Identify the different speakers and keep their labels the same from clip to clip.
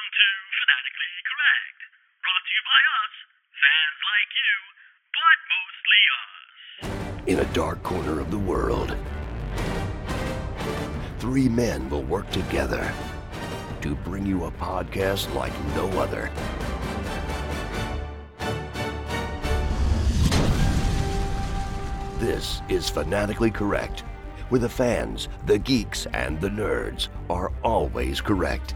Speaker 1: Phonetically Correct. Brought to you by us, fans like you, but mostly us.
Speaker 2: In a dark corner of the world, three men will work together to bring you a podcast like no other. This is Fanatically Correct, where the fans, the geeks, and the nerds are always correct.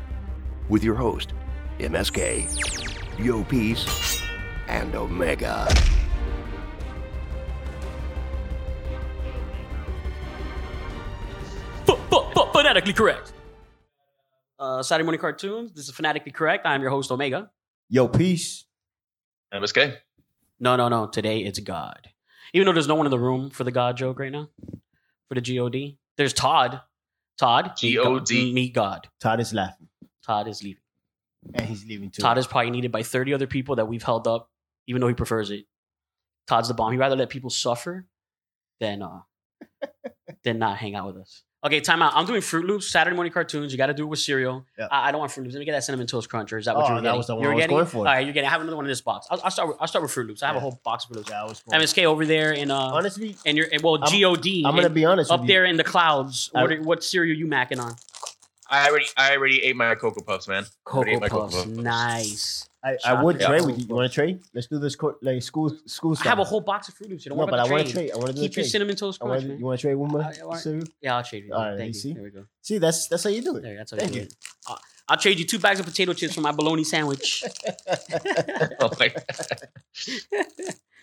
Speaker 2: With your host, MSK, Yo Peace, and Omega.
Speaker 3: phonetically correct. Uh, Saturday morning cartoons. This is phonetically correct. I'm your host Omega.
Speaker 4: Yo, peace.
Speaker 5: MSK.
Speaker 3: No, no, no. Today it's God. Even though there's no one in the room for the God joke right now, for the God. There's Todd. Todd.
Speaker 5: G.O.D..
Speaker 3: Meet God.
Speaker 4: Todd is laughing,
Speaker 3: Todd is leaving.
Speaker 4: and he's leaving too.
Speaker 3: Todd is probably needed by 30 other people that we've held up, even though he prefers it. Todd's the bomb. He'd rather let people suffer than uh than not hang out with us. Okay, time out. I'm doing Fruit Loops Saturday morning cartoons. You got to do it with cereal.
Speaker 4: Yeah.
Speaker 3: I, I don't want Fruit Loops. Let me get that cinnamon toast crunch. Or is that what
Speaker 4: Oh,
Speaker 3: you were
Speaker 4: that
Speaker 3: getting?
Speaker 4: was the one
Speaker 3: you were
Speaker 4: I was
Speaker 3: getting?
Speaker 4: going for.
Speaker 3: All right, you're getting. I have another one in this box. I'll, I'll start. With, I'll start with Fruit Loops. I have a
Speaker 4: Yeah.
Speaker 3: whole box of Fruit Loops.
Speaker 4: Yeah, I was cool.
Speaker 3: MSK over there in uh
Speaker 4: honestly,
Speaker 3: and your well
Speaker 4: I'm-
Speaker 3: God.
Speaker 4: I'm gonna
Speaker 3: in-
Speaker 4: be honest
Speaker 3: up
Speaker 4: with
Speaker 3: there in the clouds.
Speaker 4: I-
Speaker 3: What, are- what cereal you macking on?
Speaker 5: I already I already ate my cocoa puffs, man.
Speaker 3: Cocoa
Speaker 5: already ate my Cocoa
Speaker 3: Puffs. Nice.
Speaker 4: you. I, I
Speaker 3: Shocker.
Speaker 4: would
Speaker 5: Yeah.
Speaker 4: trade with you. You want to trade? Let's do this co- like school school
Speaker 3: I
Speaker 4: stuff.
Speaker 3: have a whole box of Fruit Loops. You don't
Speaker 4: No,
Speaker 3: worry
Speaker 4: but
Speaker 3: about
Speaker 4: I
Speaker 3: the
Speaker 4: want to
Speaker 3: trade.
Speaker 4: trade. I want to do a
Speaker 3: Keep your
Speaker 4: trade.
Speaker 3: cinnamon toast
Speaker 4: I
Speaker 3: crunch.
Speaker 4: wanna,
Speaker 3: man.
Speaker 4: you want to trade one more
Speaker 3: I- I want-
Speaker 4: cereal?
Speaker 3: Yeah, I'll trade you.
Speaker 4: All right,
Speaker 3: Thank
Speaker 4: you
Speaker 3: you.
Speaker 4: see?
Speaker 3: There we go.
Speaker 4: See, that's that's how you do
Speaker 3: There, that's how
Speaker 4: Thank
Speaker 3: you do
Speaker 4: you.
Speaker 3: it. Uh, I'll trade you two bags of potato chips for my bologna sandwich.
Speaker 5: Oh my God.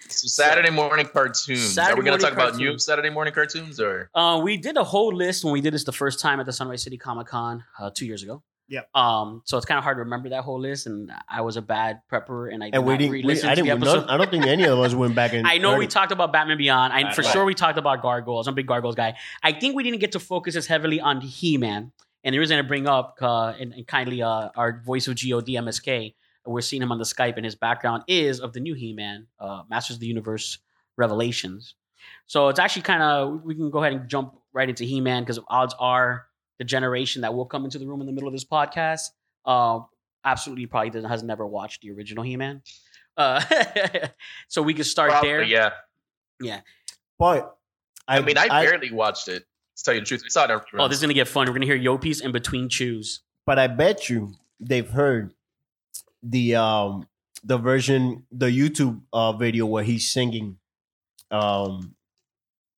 Speaker 5: so Saturday morning cartoons. Are
Speaker 3: Saturday
Speaker 5: we
Speaker 3: morning
Speaker 5: going to talk about new
Speaker 3: cartoons.
Speaker 5: Saturday morning cartoons or?
Speaker 3: uh, we did a whole list when we did this the first time at the Sunrise City Comic Con uh, two years ago.
Speaker 4: Yep.
Speaker 3: Um, so it's kind of hard to remember that whole list, and I was a bad prepper, and I did
Speaker 4: And we
Speaker 3: not
Speaker 4: didn't. We,
Speaker 3: re-listen
Speaker 4: I
Speaker 3: to the
Speaker 4: didn't.
Speaker 3: episode.
Speaker 4: None, I don't think any of us went back and.
Speaker 3: I know
Speaker 4: heard
Speaker 3: we
Speaker 4: it.
Speaker 3: talked about Batman Beyond. I
Speaker 5: That's
Speaker 3: for
Speaker 5: right.
Speaker 3: sure we talked about Gargoyles. I'm a big Gargoyles guy. I think we didn't get to focus as heavily on He Man. And the reason I bring up uh, and, and kindly uh, our voice of God MSK, we're seeing him on the Skype, and his background is of the new He Man, uh, Masters of the Universe Revelations. So it's actually kind of we can go ahead and jump right into He Man because odds are the generation that will come into the room in the middle of this podcast uh, absolutely probably doesn't, has never watched the original He Man. Uh, so we can start
Speaker 5: Probably,
Speaker 3: there.
Speaker 5: Yeah.
Speaker 4: But
Speaker 5: I, mean, I, barely watched it. To tell you the truth, I saw it. on
Speaker 3: Oh, this is gonna get fun. We're gonna hear Yopi's in between chews.
Speaker 4: but I bet you they've heard the um the version the YouTube uh video where he's singing um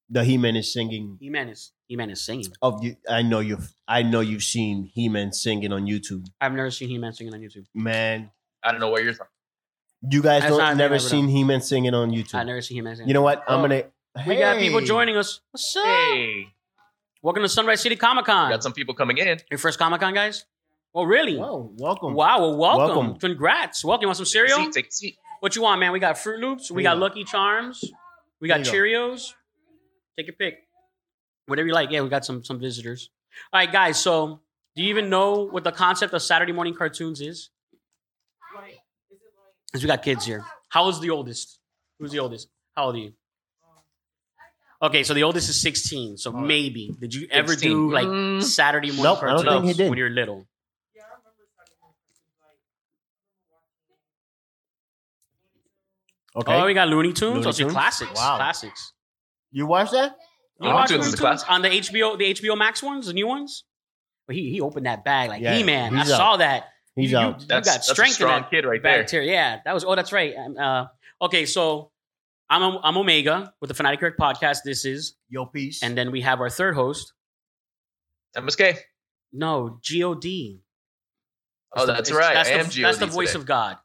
Speaker 4: the He Man is singing
Speaker 3: He Man is He Man is singing.
Speaker 4: of you I know you've I know you've seen He Man singing on YouTube.
Speaker 3: I've never seen He Man singing on YouTube.
Speaker 4: Man,
Speaker 5: I don't know what you're talking.
Speaker 4: you guys
Speaker 3: That's not
Speaker 4: don't
Speaker 3: a
Speaker 4: never
Speaker 3: thing I would
Speaker 4: seen He Man singing on YouTube.
Speaker 3: I've never seen He Man singing.
Speaker 4: You know what? I'm
Speaker 3: Oh,
Speaker 4: gonna
Speaker 3: we got people
Speaker 4: Hey!
Speaker 3: joining us. What's up?
Speaker 5: Hey,
Speaker 3: Welcome to Sunrise City Comic Con.
Speaker 5: got some people coming in.
Speaker 3: Your first Comic Con, guys? Oh, really?
Speaker 4: Wow, welcome.
Speaker 3: Wow, well, welcome.
Speaker 4: Welcome.
Speaker 3: Congrats. Welcome. You want some
Speaker 5: Take a
Speaker 3: cereal?
Speaker 5: seat, take a seat.
Speaker 3: What you want, man? We got Fruit Loops. We
Speaker 4: Here you
Speaker 3: got
Speaker 4: go.
Speaker 3: Lucky Charms. We got
Speaker 4: Here
Speaker 3: Cheerios. Take your pick. Whatever you like. Yeah, we got some some visitors. All right, guys. So, do you even know what the concept of Saturday morning cartoons is? Because we got kids here. How old's the oldest? Who's the oldest? How old are you? Okay, so the oldest is 16. So maybe did you ever
Speaker 5: 16.
Speaker 3: do like
Speaker 5: Mm.
Speaker 3: Saturday morning
Speaker 4: Nope, I don't
Speaker 3: cartoons
Speaker 4: think he did.
Speaker 3: when you were little?
Speaker 4: Okay.
Speaker 3: Oh, we got Looney Tunes.
Speaker 4: Looney
Speaker 3: oh, so
Speaker 4: Tunes?
Speaker 3: classics.
Speaker 4: Wow.
Speaker 3: Classics.
Speaker 4: you watch that?
Speaker 3: You
Speaker 5: Oh,
Speaker 3: watch
Speaker 5: dude, this
Speaker 3: Looney
Speaker 5: is
Speaker 3: Tunes
Speaker 5: classic.
Speaker 3: on the HBO, the HBO Max ones, the new ones. But he he opened that bag like
Speaker 4: Yeah,
Speaker 3: he man. I
Speaker 4: he's up.
Speaker 3: saw that.
Speaker 4: He's
Speaker 3: you, you-
Speaker 4: out.
Speaker 3: You,
Speaker 5: That's,
Speaker 3: got
Speaker 5: that's
Speaker 3: strength
Speaker 5: a strong
Speaker 3: in that
Speaker 5: kid right there.
Speaker 3: bacteria. Yeah, that was. Oh, that's right. Um, Uh, okay, so I'm I'm Omega with the Fanatic Correct podcast. This is,
Speaker 4: Yo, peace.
Speaker 3: and then we have our third host.
Speaker 5: MSK.
Speaker 3: No, God.
Speaker 5: Oh,
Speaker 3: the- it's-
Speaker 5: that's right.
Speaker 3: That's the,
Speaker 5: I am
Speaker 3: that's
Speaker 5: GOD
Speaker 3: the voice
Speaker 5: today.
Speaker 3: of God.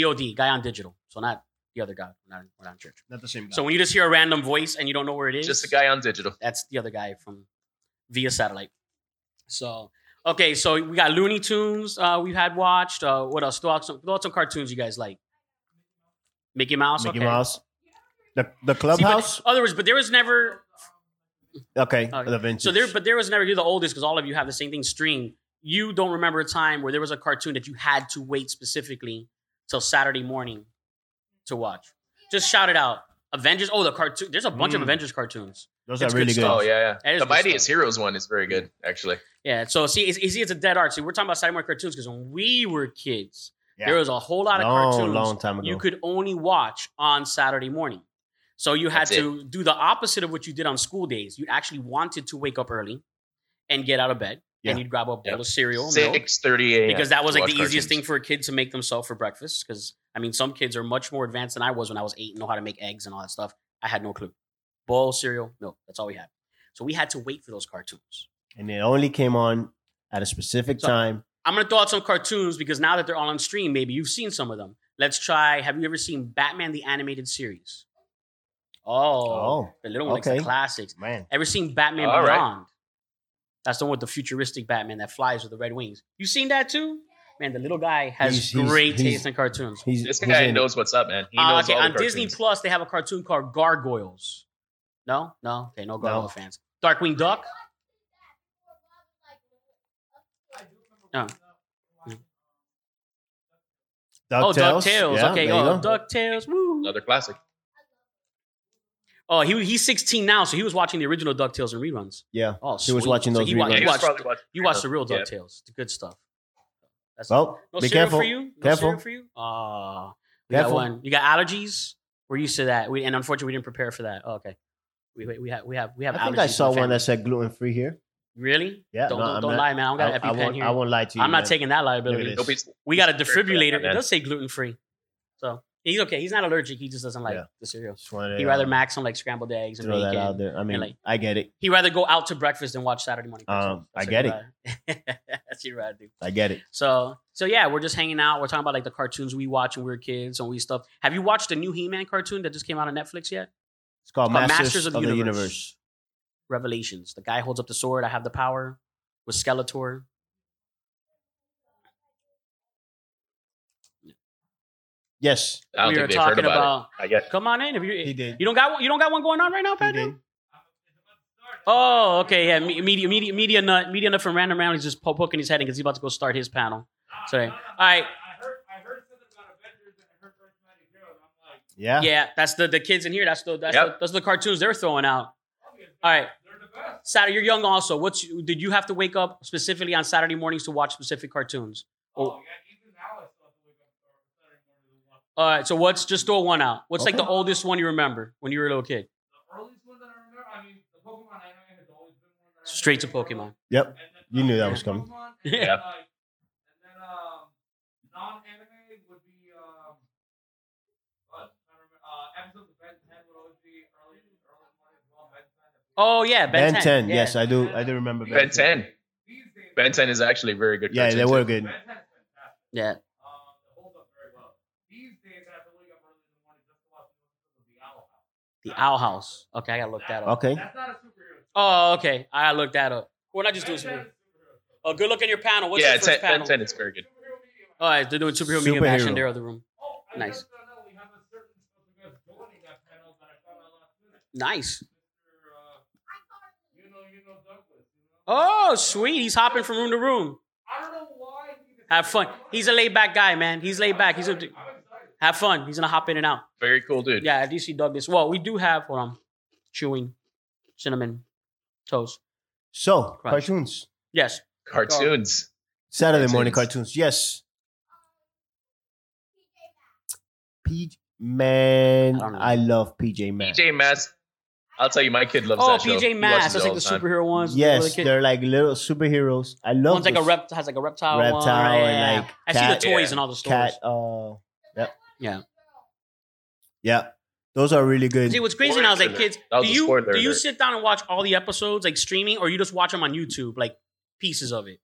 Speaker 3: God, guy on digital. So not the other God. We're not, we're not in church.
Speaker 4: not the same guy.
Speaker 3: So when you just hear a random voice and you don't know where it is,
Speaker 5: Just a guy on digital.
Speaker 3: That's the other guy from via satellite. So okay, so we got Looney Tunes. Uh, we had watched. Uh, what else? Throw out some, throw out some cartoons you guys like. Mickey Mouse.
Speaker 4: Mickey
Speaker 3: okay.
Speaker 4: Mouse. The the
Speaker 3: See, but-
Speaker 4: clubhouse.
Speaker 3: other words, but there was never.
Speaker 4: okay.
Speaker 3: Okay.
Speaker 4: The vintage.
Speaker 3: So there, but there was never. You're the oldest because all of you have the same thing. Stream. You don't remember a time where there was a cartoon that you had to wait specifically till Saturday morning to watch. Just shout it out. Avengers. Oh, the cartoon. There's a bunch of
Speaker 4: Mm.
Speaker 3: Avengers cartoons.
Speaker 4: Those
Speaker 3: It's
Speaker 4: are
Speaker 3: good
Speaker 4: really good.
Speaker 5: Oh yeah,
Speaker 3: That
Speaker 5: yeah.
Speaker 3: is
Speaker 5: The
Speaker 3: good
Speaker 5: Mightiest
Speaker 3: stuff.
Speaker 5: Heroes one is very good, actually.
Speaker 3: Yeah, so see, it's, you see, it's a dead art. See, we're talking about Saturday morning cartoons because when we were kids,
Speaker 4: Yeah.
Speaker 3: there was a whole lot of
Speaker 4: long,
Speaker 3: cartoons
Speaker 4: long time ago.
Speaker 3: you could only watch on Saturday morning. So you had
Speaker 5: That's
Speaker 3: to do the opposite of what you did on school days. You actually wanted to wake up early and get out of bed, and
Speaker 4: Yeah.
Speaker 3: you'd grab a bowl
Speaker 5: Yep.
Speaker 3: of cereal, milk,
Speaker 5: Six thirty a.m.
Speaker 3: because that was
Speaker 5: to
Speaker 3: like the
Speaker 5: watch
Speaker 3: easiest thing
Speaker 5: cartoons.
Speaker 3: for a kid to make themselves for breakfast. Because I mean, some kids are much more advanced than I was when I was eight and know how to make eggs and all that stuff. I had no clue. Bowl, cereal, milk. That's all we had. So we had to wait for those cartoons.
Speaker 4: and it only came on at a specific
Speaker 3: So-
Speaker 4: time.
Speaker 3: I'm gonna throw out some cartoons because now that they're all on stream, maybe you've seen some of them. Let's try. Have you ever seen Batman the animated series? Oh,
Speaker 4: Oh,
Speaker 3: the little one likes
Speaker 4: okay.
Speaker 3: the classics.
Speaker 4: man.
Speaker 3: Ever seen Batman
Speaker 5: All right.
Speaker 3: Beyond? That's the one with the futuristic Batman that flies with the red wings. You seen that too? Man, the little guy has
Speaker 4: He's- he's-
Speaker 3: great
Speaker 4: he's-
Speaker 3: taste in cartoons.
Speaker 4: He's,
Speaker 5: This
Speaker 4: he's
Speaker 5: guy
Speaker 4: in it.
Speaker 5: knows what's up, man. He
Speaker 3: Uh, Mm-hmm.
Speaker 5: knows
Speaker 3: okay,
Speaker 5: all the
Speaker 3: on Disney
Speaker 5: cartoons.
Speaker 3: Plus, they have a cartoon called Gargoyles. No, no, okay, no Gargoyle fans. Darkwing Duck. No. Oh,
Speaker 4: DuckTales?
Speaker 3: DuckTales.
Speaker 4: Yeah,
Speaker 3: okay,
Speaker 4: there you
Speaker 3: oh,
Speaker 4: go.
Speaker 3: DuckTales. Woo.
Speaker 5: Another classic.
Speaker 3: Oh, he he's 16 now, so he was watching the original DuckTales and reruns.
Speaker 4: yeah.
Speaker 3: Oh,
Speaker 4: He was
Speaker 3: sweet.
Speaker 4: watching
Speaker 3: So
Speaker 4: those
Speaker 3: he wa-
Speaker 4: reruns.
Speaker 3: he
Speaker 5: he was
Speaker 3: watched,
Speaker 5: probably watching-
Speaker 3: you watched the real
Speaker 5: Yeah.
Speaker 3: DuckTales, the good stuff. That's
Speaker 4: Well,
Speaker 3: no
Speaker 4: be
Speaker 3: cereal
Speaker 4: careful.
Speaker 3: for you. No
Speaker 4: Careful.
Speaker 3: cereal for you. Ah, we got
Speaker 4: Careful.
Speaker 3: one. You got allergies. We're used to that, we, and unfortunately, we didn't prepare for that. Oh, okay, we, we we have we have we have.
Speaker 4: I think
Speaker 3: allergies
Speaker 4: I
Speaker 3: in
Speaker 4: saw
Speaker 3: the
Speaker 4: one
Speaker 3: family.
Speaker 4: that said gluten free here.
Speaker 3: really.
Speaker 4: Yeah,
Speaker 3: don't
Speaker 4: no,
Speaker 3: don't,
Speaker 4: I'm
Speaker 3: don't
Speaker 4: not-
Speaker 3: lie, man. I don't got
Speaker 4: I,
Speaker 3: an
Speaker 4: I
Speaker 3: EpiPen
Speaker 4: won't,
Speaker 3: here.
Speaker 4: I won't lie to you.
Speaker 3: I'm not
Speaker 4: man.
Speaker 3: taking that liability.
Speaker 4: Look at
Speaker 5: Nope, he's-
Speaker 3: We got a
Speaker 5: he's very proud
Speaker 3: defibrillator.
Speaker 5: of
Speaker 3: It
Speaker 5: that, man.
Speaker 3: does say gluten free, so he's okay. He's not allergic. He just doesn't like
Speaker 4: Yeah.
Speaker 3: the cereal.
Speaker 4: Just wanted
Speaker 3: He
Speaker 4: to,
Speaker 3: rather
Speaker 4: um,
Speaker 3: max on like scrambled eggs and
Speaker 4: throw that out
Speaker 3: bacon.
Speaker 4: there. I mean,
Speaker 3: like-
Speaker 4: I get it.
Speaker 3: He'd rather go out to breakfast than watch Saturday morning.
Speaker 4: Um,
Speaker 3: Cartoons.
Speaker 4: I
Speaker 3: what he'd rather- That's your rather do.
Speaker 4: I get it.
Speaker 3: So so yeah, we're just hanging out. We're talking about like the cartoons we watch when we were kids and we stuff. Have you watched the new He-Man cartoon that just came out on Netflix yet?
Speaker 4: It's called
Speaker 3: called
Speaker 4: Masters, of, the Universe.
Speaker 3: Revelations. The guy holds up the sword. I have the power. With Skeletor.
Speaker 4: Yes,
Speaker 5: I don't
Speaker 3: we were
Speaker 5: think they've heard
Speaker 3: talking
Speaker 5: about,
Speaker 3: about.
Speaker 5: it. I guess.
Speaker 3: Come on in. If you
Speaker 4: he did.
Speaker 3: you don't got one- you don't got one going on right now,
Speaker 4: He
Speaker 3: Pedro.
Speaker 4: did.
Speaker 3: Oh, okay, yeah. me- Media, media, media nut, media nut from Random Ramblings just po- poking his head in because he's about to go start his panel. So, all right,
Speaker 4: Yeah.
Speaker 3: yeah, that's the the kids in here. That's the that's
Speaker 5: Yep.
Speaker 3: the, those are the cartoons they're throwing out. All right. Saturday, you're young also. What's did you have to wake up specifically on Saturday mornings to watch specific cartoons? Oh. All right, so what's just throw one out? What's like
Speaker 4: Okay.
Speaker 3: the oldest one you remember when you were a little kid? Straight to Pokemon.
Speaker 4: Yep. You knew that was coming.
Speaker 3: Yeah. Oh yeah, Ben,
Speaker 4: Ben, 10.
Speaker 3: Yeah.
Speaker 4: Yes, I do. I do remember Ben,
Speaker 5: Ben 10. Ben 10 is actually a very good.
Speaker 4: Yeah,
Speaker 5: cartoon,
Speaker 4: they
Speaker 5: too.
Speaker 4: were good.
Speaker 3: Yeah. The Owl House. Okay, I gotta look that up.
Speaker 4: Okay.
Speaker 3: Oh, okay. I looked that up. We're not just doing superhero. Oh, good luck on your panel. What's
Speaker 5: yeah,
Speaker 3: your
Speaker 5: 10,
Speaker 3: first
Speaker 5: Ben
Speaker 3: panel?
Speaker 5: 10 is very good.
Speaker 3: All right, they're doing superhero, medium
Speaker 4: Superhero.
Speaker 3: action. They're out of the room. Nice. Nice. uh, Oh, sweet. He's hopping from room to room. Have fun. He's a laid back guy, man. He's laid back. He's a, have fun. He's gonna hop in and out.
Speaker 5: Very cool dude.
Speaker 3: Yeah, at DC Douglas. Well, we do have hold on, chewing cinnamon toast.
Speaker 4: So
Speaker 3: Crunch.
Speaker 4: cartoons.
Speaker 3: Yes.
Speaker 5: Cartoons.
Speaker 4: Saturday morning
Speaker 5: Cartoons.
Speaker 4: cartoons. Yes. PJ Man,
Speaker 3: I don't know.
Speaker 4: I, love PJ Man.
Speaker 5: PJ Masks. I'll tell you, my kid loves
Speaker 3: Oh,
Speaker 5: that show. He
Speaker 3: PJ
Speaker 5: watches
Speaker 3: Masks.
Speaker 5: it
Speaker 3: That's like
Speaker 5: all
Speaker 3: the
Speaker 5: time.
Speaker 3: superhero ones. the
Speaker 4: yes,
Speaker 3: little kid-
Speaker 4: they're like little superheroes. I love
Speaker 3: one's like a
Speaker 4: this
Speaker 3: rep has like a reptile. one,
Speaker 4: Reptile and,
Speaker 3: yeah.
Speaker 4: like,
Speaker 3: I
Speaker 4: cat.
Speaker 3: see the toys
Speaker 5: Yeah.
Speaker 3: in all the stores.
Speaker 4: cat. Uh, yep.
Speaker 3: Yeah.
Speaker 4: Yeah. Those are really good.
Speaker 3: See, what's crazy now is like
Speaker 5: Spoiler
Speaker 3: kids.
Speaker 5: alert. That was
Speaker 3: do
Speaker 5: a
Speaker 3: you
Speaker 5: spoiler
Speaker 3: do you
Speaker 5: alert.
Speaker 3: sit down and watch all the episodes like streaming, or you just watch them on YouTube, like pieces of it?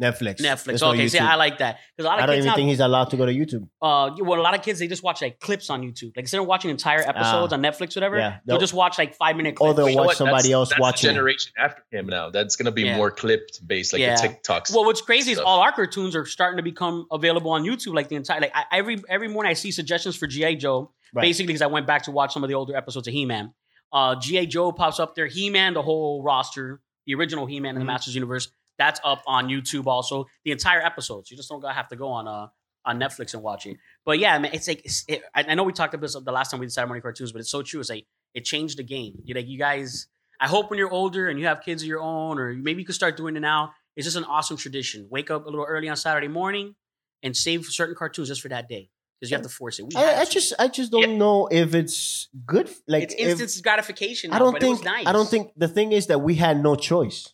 Speaker 4: Netflix.
Speaker 3: Netflix.
Speaker 4: There's no
Speaker 3: okay, see,
Speaker 4: YouTube.
Speaker 3: I like that because a lot
Speaker 4: I
Speaker 3: of
Speaker 4: don't
Speaker 3: kids
Speaker 4: even
Speaker 3: now.
Speaker 4: think he's allowed to go to YouTube.
Speaker 3: uh, you- well, a lot of kids they just watch like clips on YouTube. Like instead of watching entire episodes on Netflix, whatever,
Speaker 4: Ah. yeah.
Speaker 3: they'll
Speaker 4: They'll-
Speaker 3: just watch like five minute
Speaker 4: Or
Speaker 3: clips.
Speaker 4: they'll
Speaker 5: You know
Speaker 4: watch
Speaker 5: what?
Speaker 4: somebody
Speaker 5: That's-
Speaker 4: else
Speaker 5: that's the
Speaker 4: watching. it.
Speaker 5: generation after him now. That's going to be
Speaker 3: Yeah.
Speaker 5: more clipped based, like
Speaker 3: Yeah.
Speaker 5: the TikToks.
Speaker 3: Well, what's crazy is
Speaker 5: stuff.
Speaker 3: all our cartoons are starting to become available on YouTube. Like the entire, like I, every every morning I see suggestions for GI Joe,
Speaker 4: Right.
Speaker 3: basically because I went back to watch some of the older episodes of He Man. Uh, GI Joe pops up there. He Man, the whole roster, the original He Man and the
Speaker 4: Mhm.
Speaker 3: Masters Universe, that's up on YouTube also. The entire episodes. You just don't gotta have to go on uh on Netflix and watch it. But yeah, man, it's like it's, it, I, I know we talked about this the last time we did Saturday morning cartoons, but it's so true. It's like it changed the game. You like you guys. I hope when you're older and you have kids of your own, or maybe you could start doing it now. It's just an awesome tradition. Wake up a little early on Saturday morning and save certain cartoons just for that day because you have to force it. We had
Speaker 4: I, I
Speaker 3: to.
Speaker 4: just I just don't know if it's good. f- Like
Speaker 3: it's
Speaker 4: if-
Speaker 3: instant gratification.
Speaker 4: I
Speaker 3: now,
Speaker 4: don't
Speaker 3: but it
Speaker 4: think
Speaker 3: was nice.
Speaker 4: I don't think the thing is that we had no choice.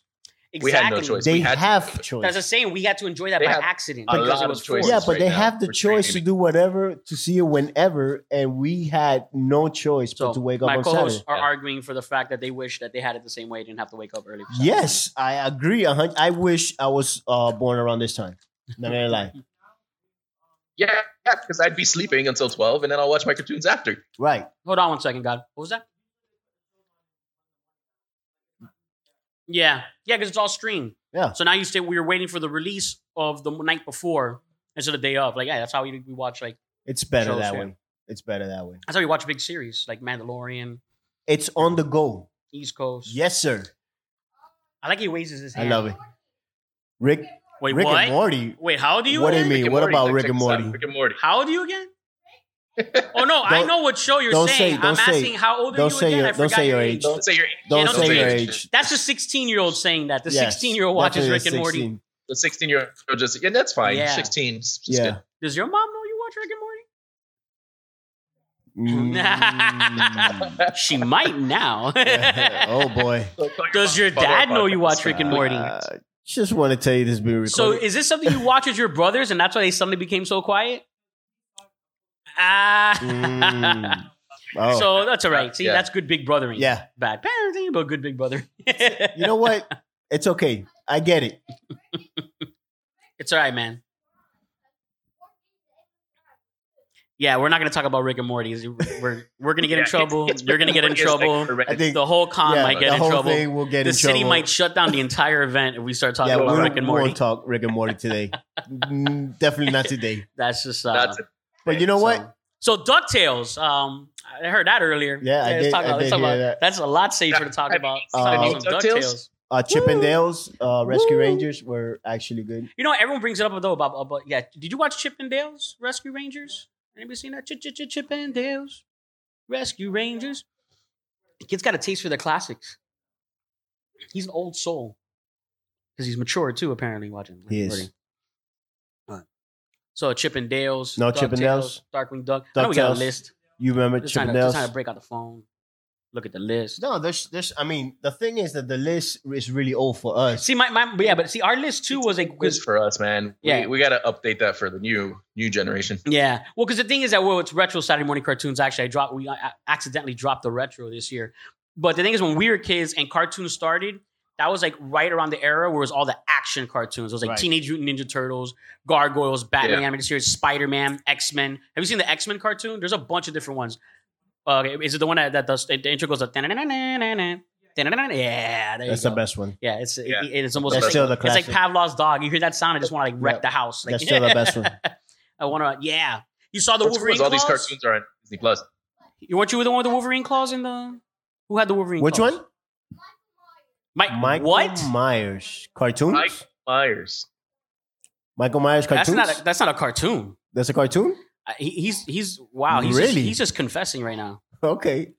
Speaker 5: We had no
Speaker 3: Exactly.
Speaker 5: choice.
Speaker 4: They
Speaker 5: we had to-
Speaker 4: have choice.
Speaker 3: That's the same. We had to enjoy that
Speaker 5: They
Speaker 3: by
Speaker 5: have
Speaker 3: accident.
Speaker 5: a
Speaker 3: because
Speaker 5: lot
Speaker 3: it
Speaker 5: of
Speaker 3: was
Speaker 5: choices.
Speaker 3: forced.
Speaker 4: yeah,
Speaker 5: choices
Speaker 4: but
Speaker 5: right
Speaker 4: they
Speaker 5: now.
Speaker 4: have the
Speaker 5: We're
Speaker 4: choice to
Speaker 5: streaming.
Speaker 4: do whatever, to see it whenever, and we had no choice
Speaker 3: So
Speaker 4: but to wake up
Speaker 3: my
Speaker 4: on
Speaker 3: co-hosts
Speaker 4: Saturday.
Speaker 3: are
Speaker 5: Yeah.
Speaker 3: arguing for the fact that they wish that they had it the same way, didn't have to wake up early. for Saturday.
Speaker 4: Yes, I agree. a hun- I wish I was uh, born around this time. Not gonna lie.
Speaker 5: Yeah, yeah, because I'd be sleeping until twelve, and then I'll watch my cartoons after.
Speaker 4: Right.
Speaker 3: Hold on one second, God. What was that? Yeah, yeah, because it's all streamed.
Speaker 4: Yeah.
Speaker 3: So now you say we were waiting for the release of the night before instead of the day of. Like, yeah, that's how we, we watch. Like,
Speaker 4: It's better
Speaker 3: Shows,
Speaker 4: that
Speaker 3: yeah.
Speaker 4: way. It's better that way.
Speaker 3: that's how we watch big series like Mandalorian,
Speaker 4: It's on the go.
Speaker 3: East Coast.
Speaker 4: Yes, sir.
Speaker 3: I like he raises his
Speaker 4: I
Speaker 3: hand.
Speaker 4: love it. Rick
Speaker 3: Wait,
Speaker 4: Rick
Speaker 3: what?
Speaker 4: and Morty.
Speaker 3: Wait, how do you?
Speaker 4: What do you
Speaker 3: again?
Speaker 4: mean?
Speaker 5: Rick and
Speaker 4: what
Speaker 5: Morty,
Speaker 4: about
Speaker 5: like,
Speaker 4: Rick
Speaker 5: check
Speaker 4: and
Speaker 5: this out,
Speaker 4: Morty?
Speaker 5: Rick and Morty.
Speaker 3: How old are you again? Oh no, I
Speaker 4: Don't-
Speaker 3: know what show you're
Speaker 4: don't
Speaker 3: saying.
Speaker 4: say- don't
Speaker 3: I'm
Speaker 4: say-
Speaker 3: asking how old are
Speaker 4: don't
Speaker 3: you
Speaker 4: say
Speaker 3: again?
Speaker 4: your-
Speaker 3: I
Speaker 4: don't
Speaker 3: forgot
Speaker 4: say
Speaker 3: your
Speaker 4: your
Speaker 3: age.
Speaker 4: age.
Speaker 5: Don't say your age.
Speaker 4: Don't
Speaker 3: don't
Speaker 4: say
Speaker 3: say
Speaker 4: your
Speaker 5: age.
Speaker 4: age.
Speaker 3: That's a 16 year old saying that. The
Speaker 4: Yes,
Speaker 3: 16 year old watches
Speaker 4: definitely
Speaker 3: Rick and Morty.
Speaker 4: 16.
Speaker 5: The sixteen-year-old just yeah, that's fine.
Speaker 3: Yeah.
Speaker 5: Sixteen. 's just
Speaker 4: Yeah.
Speaker 3: Does your mom know you watch Rick and Morty?
Speaker 4: Mm.
Speaker 5: good.
Speaker 3: She might now.
Speaker 4: oh boy.
Speaker 3: Does your dad know you watch Rick and Morty?
Speaker 4: Uh, just want to tell you this is being recorded.
Speaker 3: So is this something you watch with your brothers, and that's why they suddenly became so quiet? Ah.
Speaker 4: Mm. oh.
Speaker 3: So that's all right. See,
Speaker 5: Yeah.
Speaker 3: that's good big brothering.
Speaker 4: yeah.
Speaker 3: Bad parenting, but good big brother.
Speaker 4: You know what? It's okay. I get it.
Speaker 3: It's all right, man. Yeah, we're not going to talk about Rick and Morty. We're we're going to get in trouble. You're going to get in trouble.
Speaker 4: I think
Speaker 3: The whole con
Speaker 4: yeah,
Speaker 3: might get
Speaker 4: the
Speaker 3: in
Speaker 4: whole
Speaker 3: trouble.
Speaker 4: thing will get
Speaker 3: the
Speaker 4: in
Speaker 3: city
Speaker 4: trouble.
Speaker 3: might shut down the entire event if we start talking
Speaker 4: yeah, we
Speaker 3: about
Speaker 4: won't-
Speaker 3: Rick and
Speaker 4: we won't
Speaker 3: Morty.
Speaker 4: talk Rick and Morty today. Mm, Definitely not today.
Speaker 3: That's just uh,
Speaker 5: That's it.
Speaker 4: But you know what?
Speaker 3: So, so Ducktales. Um, I heard that earlier.
Speaker 4: Yeah, I
Speaker 3: let's
Speaker 4: did-
Speaker 3: talk
Speaker 4: I
Speaker 3: about, let's
Speaker 4: did
Speaker 3: talk
Speaker 4: hear
Speaker 3: about
Speaker 4: that.
Speaker 3: That's a lot safer to talk about.
Speaker 5: Uh,
Speaker 3: Talk about some
Speaker 5: DuckTales?
Speaker 3: DuckTales.
Speaker 4: Uh, Chip and
Speaker 3: Woo!
Speaker 4: Dale's uh, Rescue
Speaker 3: Woo!
Speaker 4: Rangers were actually good.
Speaker 3: You know, everyone brings it up though about, about yeah. Did you watch Chip and Dale's Rescue Rangers? Anybody seen that? Chip, Chip, Chip, Chip and Dale's Rescue Rangers. The kid's got a taste for the classics. He's an old soul because he's mature too. Apparently, watching.
Speaker 4: He is.
Speaker 3: recording. Alright. So Chip and Dale's,
Speaker 4: No Chip and
Speaker 3: DuckTales, Darkwing Duck. I know we got a
Speaker 4: DuckTales,
Speaker 3: list.
Speaker 4: You remember
Speaker 3: Just
Speaker 4: Chip
Speaker 3: trying,
Speaker 4: and
Speaker 3: to, just trying
Speaker 4: Dale's?
Speaker 3: to break out the phone, look at the list.
Speaker 4: No, there's, there's. I mean, the thing is that the list is really old for us.
Speaker 3: See, my, my yeah, but see, our list too was like
Speaker 5: Good for us, man.
Speaker 3: Yeah.
Speaker 5: We, we got to update that for the new new generation.
Speaker 3: Yeah, well, because the thing is that well, it's retro Saturday morning cartoons. Actually, I dropped we uh, accidentally dropped the retro this year. But the thing is, when we were kids and cartoons started, that was like right around the era where it was all the action cartoons. It was like
Speaker 4: Right.
Speaker 3: Teenage Mutant Ninja Turtles, Gargoyles, Batman
Speaker 5: Yeah.
Speaker 3: animated series, Spider Man, X Men. Have you seen the X Men cartoon? There's a bunch of different ones. Uh, okay, is it the one that, that does the intro goes like "Da-na-na-na-na-na, da-na-na-na-na." yeah, there
Speaker 4: That's
Speaker 3: you
Speaker 4: the
Speaker 3: go.
Speaker 4: best one.
Speaker 3: Yeah, it's it-
Speaker 5: Yeah.
Speaker 3: It, it's almost it's
Speaker 4: That's
Speaker 3: like,
Speaker 4: still the
Speaker 3: it's like
Speaker 4: classic.
Speaker 3: Pavlov's dog. You hear that sound, I just want to like wreck
Speaker 4: Yep.
Speaker 3: the house. Like,
Speaker 4: That's still the best one.
Speaker 3: I want to. Yeah, you saw the
Speaker 5: What's cool
Speaker 3: Wolverine
Speaker 5: is all
Speaker 3: claws.
Speaker 5: these cartoons are on Disney Plus.
Speaker 3: You weren't you the one with the Wolverine claws in the? Who had the Wolverine?
Speaker 4: Which
Speaker 3: claws?
Speaker 4: one?
Speaker 3: Mike.
Speaker 4: Michael
Speaker 3: what?
Speaker 4: Myers cartoons.
Speaker 5: Mike Myers.
Speaker 4: Michael Myers
Speaker 3: That's
Speaker 4: cartoons.
Speaker 3: not. A, that's not a cartoon.
Speaker 4: That's a cartoon.
Speaker 3: I- He, he's he's wow. He's just,
Speaker 4: Really?
Speaker 3: he's just confessing right now.
Speaker 4: Okay.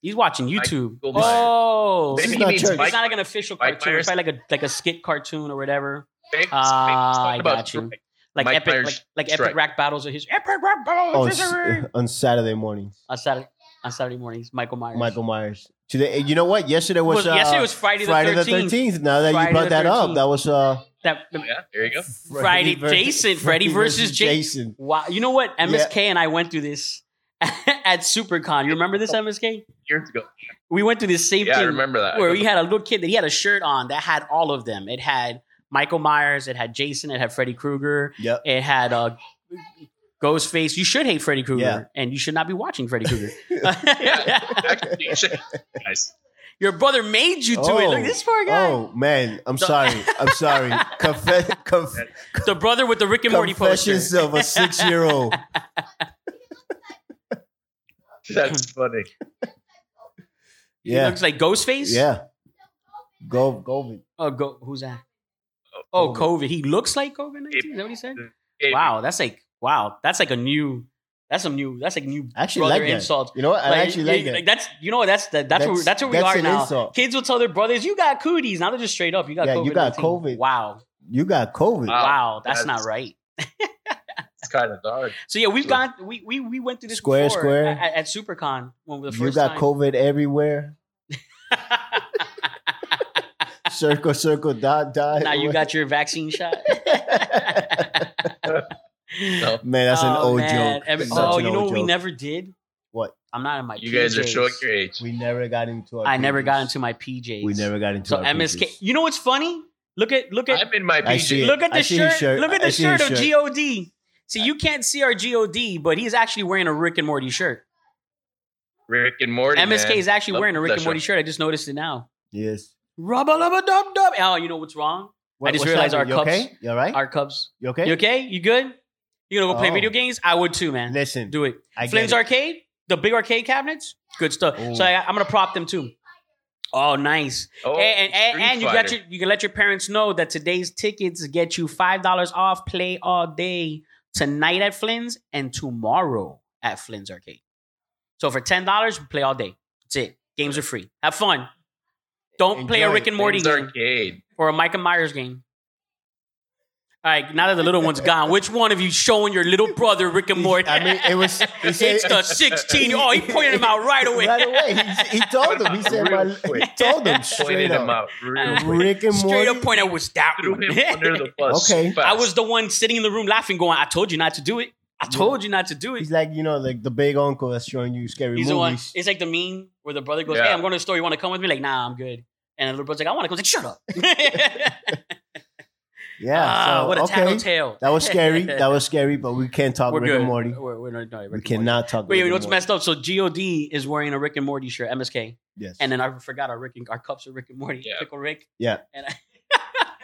Speaker 3: He's watching YouTube.
Speaker 5: Michael Myers.
Speaker 3: oh,
Speaker 5: Maybe
Speaker 4: is
Speaker 5: he
Speaker 4: not
Speaker 5: means
Speaker 4: church.
Speaker 5: Mike-
Speaker 3: it's not like an official
Speaker 5: Mike
Speaker 3: cartoon. It's
Speaker 5: Myers.
Speaker 3: probably like a like a skit cartoon or whatever.
Speaker 5: Maybe- maybe he's
Speaker 3: Ah, I
Speaker 5: talking about
Speaker 3: got you.
Speaker 5: Drake.
Speaker 3: Like
Speaker 5: Mike
Speaker 3: epic,
Speaker 5: Myers
Speaker 3: like, like epic
Speaker 5: Strike.
Speaker 3: rap battles of his epic rap battles.
Speaker 4: On,
Speaker 3: of history.
Speaker 4: Oh, s- on Saturday mornings,
Speaker 3: on Saturday on Saturday mornings, Michael Myers.
Speaker 4: Michael Myers. Today, you know what? Yesterday was,
Speaker 3: Was-
Speaker 4: uh,
Speaker 3: yesterday was Friday the
Speaker 4: Friday the
Speaker 3: 13th.
Speaker 4: thirteenth. Now that
Speaker 3: Friday
Speaker 4: you brought
Speaker 3: the
Speaker 4: that up,
Speaker 3: 13th.
Speaker 4: that was uh,
Speaker 3: That
Speaker 5: Yeah, there you go.
Speaker 3: Friday,
Speaker 4: vers-
Speaker 3: Jason, Freddy versus
Speaker 4: Jason.
Speaker 3: Wow. You know what? MSK and I went through this at SuperCon. You remember this, MSK?
Speaker 5: Years ago.
Speaker 3: We went through this same
Speaker 5: Yeah, I
Speaker 3: thing
Speaker 5: remember that.
Speaker 3: where we had a little kid that he had a shirt on that had all of them. It had Michael Myers, it had Jason, it had Freddy Krueger,
Speaker 4: Yep.
Speaker 3: it had uh, Ghostface. You should hate Freddy Krueger,
Speaker 4: Yeah.
Speaker 3: and you should not be watching Freddy Krueger.
Speaker 5: Actually, you should- guys.
Speaker 3: Your brother made you do it. Look,
Speaker 4: Oh.
Speaker 3: this poor guy.
Speaker 4: Oh man, I'm
Speaker 3: So-
Speaker 4: sorry. I'm sorry. Confess, conf-
Speaker 3: The brother with the Rick and Morty poster.
Speaker 4: Oh. confessions uh, of a six year old.
Speaker 5: That's funny.
Speaker 3: He
Speaker 4: Yeah,
Speaker 3: looks like Ghostface.
Speaker 4: yeah. Go, go.
Speaker 3: Oh, go, who's that? Oh, COVID. He looks like COVID 19. Is that what he said? Wow, that's like wow, that's like a new That's some new. That's like new
Speaker 4: I actually
Speaker 3: brother
Speaker 4: like that.
Speaker 3: insult.
Speaker 4: You know what? I actually like
Speaker 3: you-
Speaker 4: that.
Speaker 3: That's you know what? That's the, that's where,
Speaker 4: That's-
Speaker 3: that's where we
Speaker 4: that's
Speaker 3: are
Speaker 4: an
Speaker 3: now.
Speaker 4: insult.
Speaker 3: Kids will tell their brothers, "You got cooties." Now they're just straight up. You got
Speaker 4: Yeah,
Speaker 3: COVID.
Speaker 4: you got COVID.
Speaker 3: Wow,
Speaker 4: You got COVID.
Speaker 5: Wow,
Speaker 3: wow, that's,
Speaker 5: that's-
Speaker 3: not right.
Speaker 5: It's kind of dark.
Speaker 3: So yeah, we've gone. We we we went through this
Speaker 4: Square,
Speaker 3: before
Speaker 4: square.
Speaker 3: at, at SuperCon when we the
Speaker 4: you
Speaker 3: first
Speaker 4: got
Speaker 3: time.
Speaker 4: COVID everywhere. Circle, circle, dot, dot.
Speaker 3: now you got your vaccine shot.
Speaker 5: No.
Speaker 4: Man, that's an
Speaker 3: Oh,
Speaker 4: old
Speaker 3: man.
Speaker 4: joke.
Speaker 3: Every-
Speaker 4: Such
Speaker 3: oh,
Speaker 4: an
Speaker 3: you know
Speaker 4: old
Speaker 3: what we
Speaker 4: joke.
Speaker 3: never did?
Speaker 4: What?
Speaker 3: I'm not in my.
Speaker 5: You guys are
Speaker 3: PJs.
Speaker 5: showing your age.
Speaker 4: We never got into. Our
Speaker 3: I never got
Speaker 4: pages.
Speaker 3: into my PJs.
Speaker 4: We never got into.
Speaker 3: So
Speaker 4: our
Speaker 3: MSK.
Speaker 4: pages.
Speaker 3: You know what's funny? Look at look at
Speaker 5: I'm in my
Speaker 4: I see
Speaker 5: PJ.
Speaker 4: it.
Speaker 3: look at
Speaker 4: I
Speaker 3: the
Speaker 4: see his
Speaker 3: shirt,
Speaker 4: shirt.
Speaker 3: Look at
Speaker 4: I
Speaker 3: the
Speaker 4: see his
Speaker 3: shirt of
Speaker 4: shirt.
Speaker 3: God. See, you can't see our God, but he's actually wearing a Rick and Morty shirt.
Speaker 5: Rick and Morty.
Speaker 3: MSK
Speaker 5: man.
Speaker 3: is actually
Speaker 5: Love
Speaker 3: wearing a Rick
Speaker 5: that
Speaker 3: and Morty shirt. I just noticed it now.
Speaker 4: Yes.
Speaker 3: Rubba lubba dub dub. Oh, you know what's wrong?
Speaker 4: What-
Speaker 3: just
Speaker 4: what's
Speaker 3: realized
Speaker 4: happening?
Speaker 3: our
Speaker 4: You
Speaker 3: cups-
Speaker 4: Okay? You all right?
Speaker 3: Our Cubs.
Speaker 4: you okay?
Speaker 3: You okay? You good? You gonna go play
Speaker 4: Oh.
Speaker 3: video games? I would too, man.
Speaker 4: Listen,
Speaker 3: Do it.
Speaker 4: I get
Speaker 3: Flames
Speaker 4: it.
Speaker 3: Arcade, the big arcade cabinets, good stuff. So
Speaker 4: Ooh.
Speaker 3: I, I'm gonna prop them too. Oh, nice.
Speaker 5: Oh,
Speaker 3: and and,
Speaker 5: Street
Speaker 3: and you got
Speaker 5: Fighter.
Speaker 3: your you can let your parents know that today's tickets get you five dollars off play all day tonight at Flynn's and tomorrow at Flynn's Arcade. So for ten dollars, we play all day. That's it. Games are free. Have fun. Don't play a
Speaker 4: Enjoy.
Speaker 3: Rick and Morty
Speaker 5: Flames
Speaker 3: game
Speaker 5: Arcade.
Speaker 3: or a Micah Myers game. All right, now that the little one's gone, which one of you showing your little brother Rick and Morty?
Speaker 4: I mean, it was. He said,
Speaker 3: it's the 16. Oh, he pointed him out right away.
Speaker 4: Right away. He, he told him. He said,
Speaker 5: Real
Speaker 4: my, he
Speaker 5: quick.
Speaker 4: told him straight
Speaker 5: Pointed him
Speaker 4: up.
Speaker 5: out. Real quick.
Speaker 4: Rick and
Speaker 3: Straight
Speaker 4: Morty.
Speaker 3: up point out was that
Speaker 5: Threw
Speaker 3: one.
Speaker 5: him under the bus.
Speaker 4: Okay.
Speaker 5: fast.
Speaker 3: I was the one sitting in the room laughing, going, I told you not to do it. I told you not to do it.
Speaker 4: He's like, you know, like the big uncle that's showing you scary
Speaker 3: He's the one.
Speaker 4: movies.
Speaker 3: It's like the meme where the brother goes,
Speaker 5: Yeah.
Speaker 3: Hey, I'm going to the store. You want to come with me? Like, nah, I'm good. And the little brother's like, I want to go. He's like, shut up.
Speaker 4: Yeah.
Speaker 3: Ah,
Speaker 4: so,
Speaker 3: what a
Speaker 4: okay.
Speaker 3: tattletale.
Speaker 4: That was scary. That was scary, but we can't talk
Speaker 3: We're
Speaker 4: Rick
Speaker 3: good.
Speaker 4: and Morty.
Speaker 3: We're, we're not, no, Rick
Speaker 4: We
Speaker 3: and Morty.
Speaker 4: cannot talk.
Speaker 3: Wait,
Speaker 4: Rick
Speaker 3: you
Speaker 4: and
Speaker 3: know what's
Speaker 4: Morty.
Speaker 3: messed up? So God is wearing a Rick and Morty shirt, MSK,
Speaker 4: Yes.
Speaker 3: and then I forgot our Rick and our cups of Rick and Morty,
Speaker 5: Yeah.
Speaker 3: pickle Rick.
Speaker 4: Yeah.
Speaker 3: And I,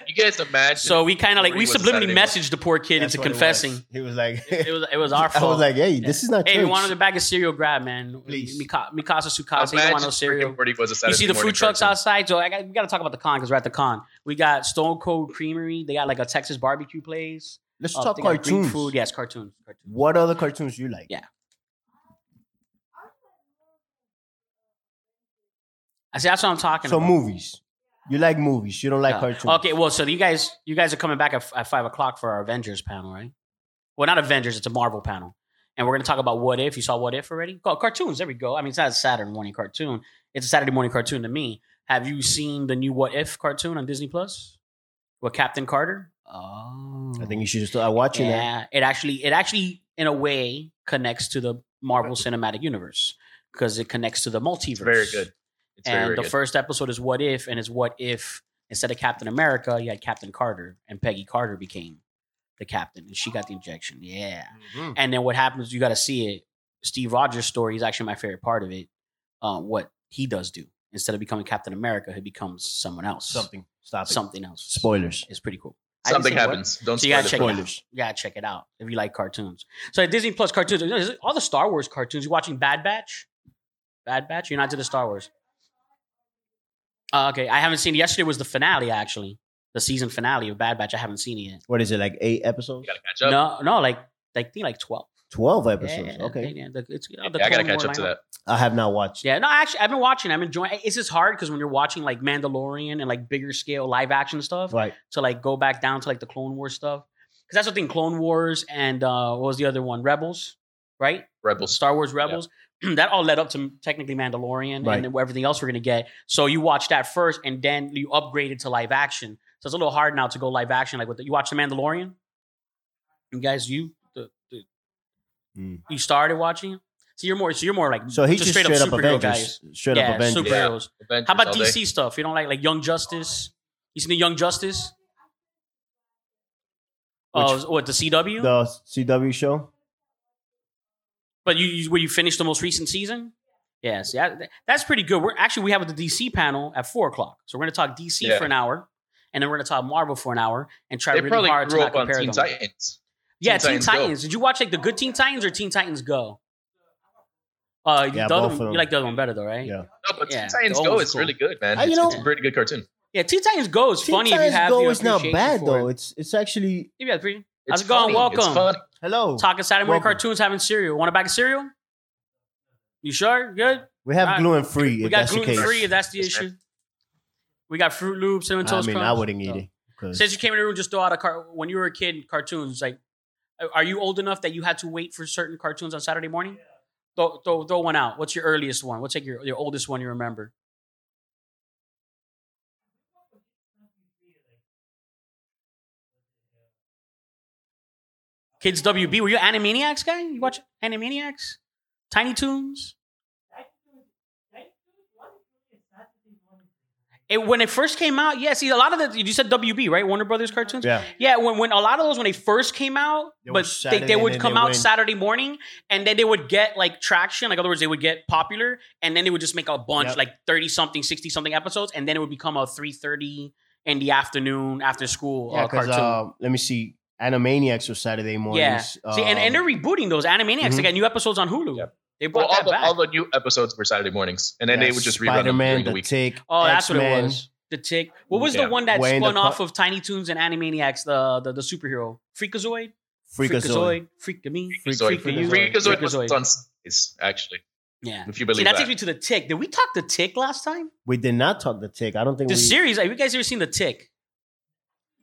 Speaker 5: You guys imagine?
Speaker 3: so we kind of like we
Speaker 5: Morty was
Speaker 3: subliminally
Speaker 5: Saturday morning.
Speaker 3: messaged the poor kid
Speaker 4: That's
Speaker 3: into
Speaker 4: what it was.
Speaker 3: confessing.
Speaker 4: He was like,
Speaker 3: It was it was our
Speaker 4: I
Speaker 3: fault.
Speaker 4: was like, hey, this is not
Speaker 3: hey, we
Speaker 4: church.
Speaker 3: wanted a bag of cereal, grab man.
Speaker 4: Please.
Speaker 3: Mika- Mikasa Sukasa, you
Speaker 5: imagine
Speaker 3: don't want no cereal.
Speaker 5: Rick and Morty was a
Speaker 3: You
Speaker 5: Saturday
Speaker 3: see the food
Speaker 5: morning
Speaker 3: trucks
Speaker 5: cartoon.
Speaker 3: outside. So I got, we got to talk about the con because we're at the con. We got Stone Cold Creamery. They got like a Texas barbecue place.
Speaker 4: Let's
Speaker 3: Uh,
Speaker 4: talk
Speaker 3: they got Greek
Speaker 4: cartoons.
Speaker 3: Food. Yes, cartoons. cartoons.
Speaker 4: What other cartoons you like?
Speaker 3: Yeah. I see. That's what I'm talking
Speaker 4: So
Speaker 3: about.
Speaker 4: movies. You like movies. You don't like
Speaker 3: Yeah.
Speaker 4: cartoons.
Speaker 3: Okay, well, so you guys, you guys are coming back at, at five o'clock for our Avengers panel, right? Well, not Avengers; it's a Marvel panel, and we're going to talk about What If. You saw What If already? Oh, cartoons. There we go. I mean, it's not a Saturday morning cartoon; it's a Saturday morning cartoon to me. Have you seen the new What If cartoon on Disney Plus with Captain Carter? Oh,
Speaker 4: I think you should start watching that.
Speaker 3: yeah, it actually, it actually, in a way, connects to the Marvel Cinematic Universe because it connects to the multiverse
Speaker 5: It's very good. It's very,
Speaker 3: and
Speaker 5: very
Speaker 3: the
Speaker 5: good.
Speaker 3: first episode is what if and it's what if instead of captain america you had captain carter and peggy carter became the captain and she got the injection yeah
Speaker 5: Mm-hmm.
Speaker 3: and then what happens you got to see it steve rogers story is actually my favorite part of it uh, what he does do instead of becoming captain america he becomes someone else
Speaker 4: Something. Stop it.
Speaker 3: something else
Speaker 4: Spoilers.
Speaker 3: it's pretty cool I didn't
Speaker 5: Something
Speaker 3: say what.
Speaker 5: happens. Don't
Speaker 3: So you gotta
Speaker 5: spoil
Speaker 3: check
Speaker 5: it.
Speaker 3: it out. You gotta check it out if you like cartoons. So at Disney Plus cartoons, you know, there's all the Star Wars cartoons. You watching Bad Batch? Bad Batch? You're not to the Star Wars. Uh, okay, I haven't seen. it. Yesterday was the finale, actually, the season finale of Bad Batch. I haven't seen it yet.
Speaker 4: What is it? Like eight episodes?
Speaker 5: You gotta catch up.
Speaker 3: No, no, like like think like twelve
Speaker 4: Twelve
Speaker 3: Yeah,
Speaker 4: episodes.
Speaker 3: yeah,
Speaker 4: okay.
Speaker 3: yeah, the- it's-
Speaker 5: Yeah,
Speaker 3: uh, the
Speaker 5: I gotta
Speaker 3: Clone War
Speaker 5: catch up to
Speaker 3: lineup.
Speaker 5: that.
Speaker 4: I have not watched.
Speaker 3: Yeah, no, actually, I've been watching. I'm enjoying. It's just hard because when you're watching like Mandalorian and like bigger scale live action stuff,
Speaker 4: Right.
Speaker 3: to like go back down to like the Clone Wars stuff. Because that's the thing, Clone Wars and uh, what was the other one? Rebels, right?
Speaker 5: Rebels.
Speaker 3: Star Wars Rebels. that all led up to technically Mandalorian
Speaker 4: Right.
Speaker 3: and then everything else we're gonna get. So you watch that first, and then you upgraded to live action. So it's a little hard now to go live action. Like with the, you watch the Mandalorian, you guys, you the, the,
Speaker 4: Hmm.
Speaker 3: you started watching. it? So you're more, so you're more like
Speaker 4: So he just, straight, up,
Speaker 3: superhero
Speaker 4: Avengers.
Speaker 3: guys.
Speaker 4: Straight
Speaker 3: yeah,
Speaker 4: up Avengers.
Speaker 5: super-
Speaker 3: superheroes.
Speaker 5: Avengers
Speaker 3: How about
Speaker 5: all day.
Speaker 3: DC stuff? You don't like like Young Justice? You seen the Young Justice? Oh,
Speaker 4: Which-
Speaker 3: what the CW?
Speaker 4: The CW show.
Speaker 3: but you, you where you finished the most recent season? Yes, yeah, th- that's pretty good. We're actually we have the DC panel at four o'clock, so we're gonna talk DC
Speaker 5: Yeah.
Speaker 3: for an hour, and then we're gonna talk Marvel for an hour and try
Speaker 5: They
Speaker 3: really
Speaker 5: probably
Speaker 3: hard to
Speaker 5: grew
Speaker 3: not
Speaker 5: up on
Speaker 3: compare
Speaker 5: Teen
Speaker 3: them.
Speaker 5: Titans.
Speaker 3: Yeah, Teen
Speaker 5: Teen
Speaker 3: Titans.
Speaker 5: Titans Go.
Speaker 3: Did you watch like the good Teen Titans or Teen Titans Go? Uh,
Speaker 4: Yeah,
Speaker 3: the other
Speaker 4: both
Speaker 3: one-
Speaker 4: of
Speaker 3: you
Speaker 4: them.
Speaker 3: like the other one better though, right?
Speaker 4: Yeah.
Speaker 5: No, but
Speaker 3: Yeah,
Speaker 5: Teen Titans
Speaker 3: the old
Speaker 5: Go
Speaker 3: one's
Speaker 5: is
Speaker 3: cool.
Speaker 5: really good, man.
Speaker 4: Ah, you
Speaker 5: It's-
Speaker 4: know-
Speaker 5: it's a pretty good cartoon.
Speaker 3: Yeah, Teen Titans Go is funny
Speaker 4: Teen
Speaker 3: if you
Speaker 4: Titans
Speaker 3: have
Speaker 4: Go
Speaker 3: the
Speaker 4: is not
Speaker 3: appreciation
Speaker 4: bad
Speaker 3: for it.
Speaker 4: though. It's it's actually
Speaker 3: Yeah, pretty- How's it going?
Speaker 5: funny. It's
Speaker 3: Welcome.
Speaker 5: funny.
Speaker 4: Hello.
Speaker 3: Talking Saturday morning
Speaker 4: Welcome.
Speaker 3: cartoons having cereal. Want a bag of cereal? You sure? Good.
Speaker 4: we have
Speaker 3: Alright.
Speaker 4: gluten free.
Speaker 3: we
Speaker 4: If
Speaker 3: got
Speaker 4: that's the
Speaker 3: gluten
Speaker 4: case.
Speaker 3: free if that's the
Speaker 5: Yes, sir.
Speaker 3: issue. We got Fruit Loops, cinnamon
Speaker 4: I
Speaker 3: toast.
Speaker 4: mean,
Speaker 3: Crunch.
Speaker 4: I wouldn't eat
Speaker 3: So-
Speaker 4: it. 'cause-
Speaker 3: Since you came in the room, just throw out a car. When you were a kid, in cartoons like, are you old enough that you had to wait for certain cartoons on Saturday morning? Throw, throw, throw one out. What's your earliest one? What's like your, your oldest one you remember? Kids WB, were you Animaniacs guy? You watch Animaniacs, Tiny Toons. It, when it first came out, yeah. See, a lot of the you said WB, right? Warner Brothers cartoons.
Speaker 4: yeah.
Speaker 3: Yeah, when, when a lot of those when they first came out,
Speaker 4: They were
Speaker 3: but they,
Speaker 4: Saturday
Speaker 3: they would
Speaker 4: and
Speaker 3: come
Speaker 4: they
Speaker 3: out
Speaker 4: went-
Speaker 3: Saturday morning, and then they would get like traction. Like in other words, they would get popular, and then they would just make a bunch
Speaker 4: Yep.
Speaker 3: like thirty something, sixty something episodes, and then it would become a three thirty in the afternoon after school
Speaker 4: Yeah,
Speaker 3: uh,
Speaker 4: 'cause,
Speaker 3: cartoon.
Speaker 4: uh, let me see. Animaniacs was Saturday mornings. um,
Speaker 3: See, and, and they're rebooting those Animaniacs. They
Speaker 4: Mhm.
Speaker 3: got new episodes on Hulu.
Speaker 5: Yep.
Speaker 3: They
Speaker 5: Well,
Speaker 3: brought
Speaker 5: all
Speaker 3: that
Speaker 5: the,
Speaker 3: back.
Speaker 5: all the new episodes were Saturday mornings, and then they would just rerun
Speaker 4: Spider
Speaker 5: them during
Speaker 4: Man,
Speaker 5: the
Speaker 4: the
Speaker 5: week.
Speaker 4: Tick.
Speaker 3: oh, that's what it
Speaker 4: X-Men.
Speaker 3: was. The Tick. What was
Speaker 5: Yeah.
Speaker 3: the one that
Speaker 4: Wayne the
Speaker 3: spun
Speaker 4: Pu-
Speaker 3: off of Tiny Toons and Animaniacs? The the, the superhero Freakazoid.
Speaker 4: Freakazoid.
Speaker 3: Freakazoid.
Speaker 5: Freakazoid.
Speaker 3: Freakazoid.
Speaker 5: Freakazoid was
Speaker 3: Freakazoid.
Speaker 5: on Sundays, actually,
Speaker 3: Yeah.
Speaker 5: if you believe
Speaker 3: See, that
Speaker 5: that.
Speaker 3: takes me to the tick. Did we talk the tick last time?
Speaker 4: We did not talk the Tick. I don't think
Speaker 3: The
Speaker 4: we.
Speaker 3: series. Have you guys ever seen the tick?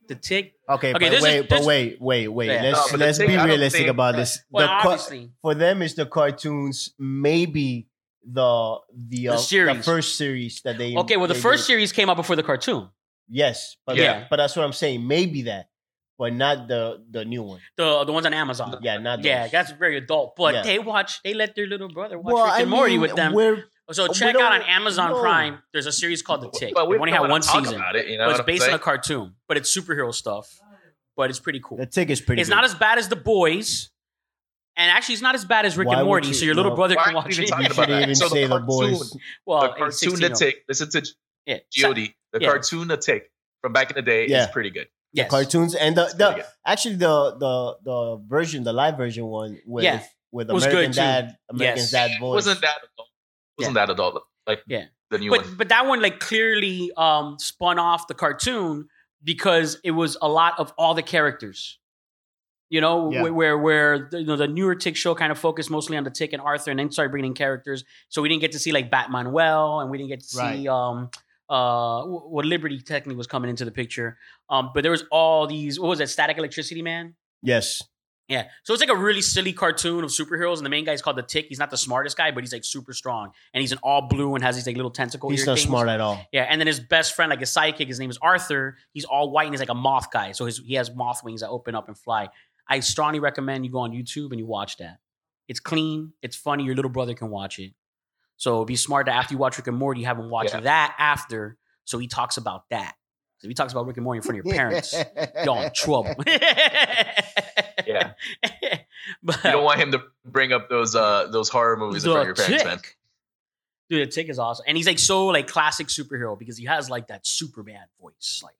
Speaker 3: The tick.
Speaker 4: Okay,
Speaker 3: Okay,
Speaker 4: but
Speaker 3: this is-
Speaker 4: wait, but
Speaker 3: this-
Speaker 4: wait, wait, wait.
Speaker 3: Yeah.
Speaker 5: No,
Speaker 4: Let's
Speaker 5: but the
Speaker 4: let's
Speaker 5: thing-
Speaker 4: be
Speaker 5: I don't
Speaker 4: realistic
Speaker 5: think-
Speaker 4: about this.
Speaker 3: Well,
Speaker 4: the car-
Speaker 3: obviously.
Speaker 4: for them, it's the cartoons, maybe the the, uh,
Speaker 3: The series.
Speaker 4: first series that they.
Speaker 3: Okay. Well, the
Speaker 4: they
Speaker 3: first
Speaker 4: did.
Speaker 3: series came out before the cartoon.
Speaker 4: Yes, but
Speaker 3: Yeah.
Speaker 4: but that's what I'm saying. Maybe that, but not the the new one.
Speaker 3: The the ones on Amazon.
Speaker 4: Yeah, not.
Speaker 3: Uh, Yeah,
Speaker 4: those.
Speaker 3: that's very adult. But
Speaker 4: Yeah.
Speaker 3: they watch. They let their little brother watch
Speaker 4: Well,
Speaker 3: Rick and
Speaker 4: I
Speaker 3: Morty
Speaker 4: mean,
Speaker 3: with them.
Speaker 4: We're,
Speaker 3: Oh, So
Speaker 5: Oh,
Speaker 4: we
Speaker 3: check out on
Speaker 4: don't
Speaker 3: Amazon
Speaker 4: know.
Speaker 3: Prime. There's a series called The Tick.
Speaker 5: But
Speaker 3: It
Speaker 5: we
Speaker 3: only
Speaker 5: don't
Speaker 3: had
Speaker 5: wanna
Speaker 3: one
Speaker 5: talk
Speaker 3: season.
Speaker 5: About it, you know
Speaker 3: But
Speaker 5: what
Speaker 3: it's
Speaker 5: I'm
Speaker 3: based on
Speaker 5: saying?
Speaker 3: a cartoon. But it's superhero stuff. But it's pretty cool.
Speaker 4: the tick is pretty.
Speaker 3: it's
Speaker 4: good.
Speaker 3: not as bad as The Boys. And actually, it's not as bad as Rick
Speaker 4: Why
Speaker 3: and
Speaker 4: would
Speaker 3: Morty.
Speaker 4: you-
Speaker 3: so your little
Speaker 4: no.
Speaker 5: Why
Speaker 3: brother
Speaker 5: are
Speaker 3: can
Speaker 5: you
Speaker 3: watch
Speaker 5: even
Speaker 3: it.
Speaker 5: talking
Speaker 4: You
Speaker 5: about
Speaker 4: shouldn't
Speaker 5: that?
Speaker 4: even
Speaker 5: So the
Speaker 4: say the,
Speaker 5: cartoon-
Speaker 4: boys.
Speaker 3: Well,
Speaker 5: the
Speaker 3: it's
Speaker 5: cartoon
Speaker 3: 16
Speaker 5: The
Speaker 3: -year-old.
Speaker 5: Tick. Listen to
Speaker 3: Yeah. Sa-
Speaker 5: G.O.D. The
Speaker 3: yeah.
Speaker 5: cartoon The Tick from back in the day
Speaker 4: Yeah.
Speaker 5: is pretty good.
Speaker 3: yes.
Speaker 4: Cartoons and the,
Speaker 5: It's pretty
Speaker 4: the
Speaker 5: good.
Speaker 4: actually the the the version, the live version one with
Speaker 3: Yeah.
Speaker 4: with
Speaker 3: Was
Speaker 4: American
Speaker 3: good, too.
Speaker 4: Dad, American
Speaker 3: Yes.
Speaker 4: Dad voice.
Speaker 5: Wasn't that adult? Wasn't that adult? Like
Speaker 3: Yeah.
Speaker 5: the new one.
Speaker 3: but but that one like clearly um spun off the cartoon because it was a lot of all the characters you know
Speaker 4: Yeah.
Speaker 3: where where, where the, you know, the newer tick show kind of focused mostly on the tick and arthur and then started bringing in characters so we didn't get to see like batman well and we didn't get to see
Speaker 4: Right.
Speaker 3: um uh wh- what liberty technically was coming into the picture um but there was all these what was it static electricity man
Speaker 4: Yes.
Speaker 3: yeah. So it's like a really silly cartoon of superheroes, and the main guy's called the Tick. He's not the smartest guy, but he's like super strong, and he's an all blue and has these like little tentacle.
Speaker 4: He's
Speaker 3: ear
Speaker 4: not
Speaker 3: things.
Speaker 4: smart at all.
Speaker 3: Yeah, and then his best friend, like his sidekick, his name is Arthur. He's all white and he's like a moth guy, so his, he has moth wings that open up and fly. I strongly recommend you go on YouTube and you watch that. It's clean, it's funny. Your little brother can watch it, so be smart that after you watch Rick and Morty, you have him watch
Speaker 5: Yeah.
Speaker 3: that after, so he talks about that. So if he talks about Rick and Morty in front of your parents, y'all in trouble.
Speaker 5: Yeah.
Speaker 3: but
Speaker 5: You don't want him to bring up those uh those horror movies in
Speaker 3: the
Speaker 5: front of your parents, man.
Speaker 3: Tick. Dude, the tick is awesome, and he's like so like classic superhero because he has like that Superman voice, like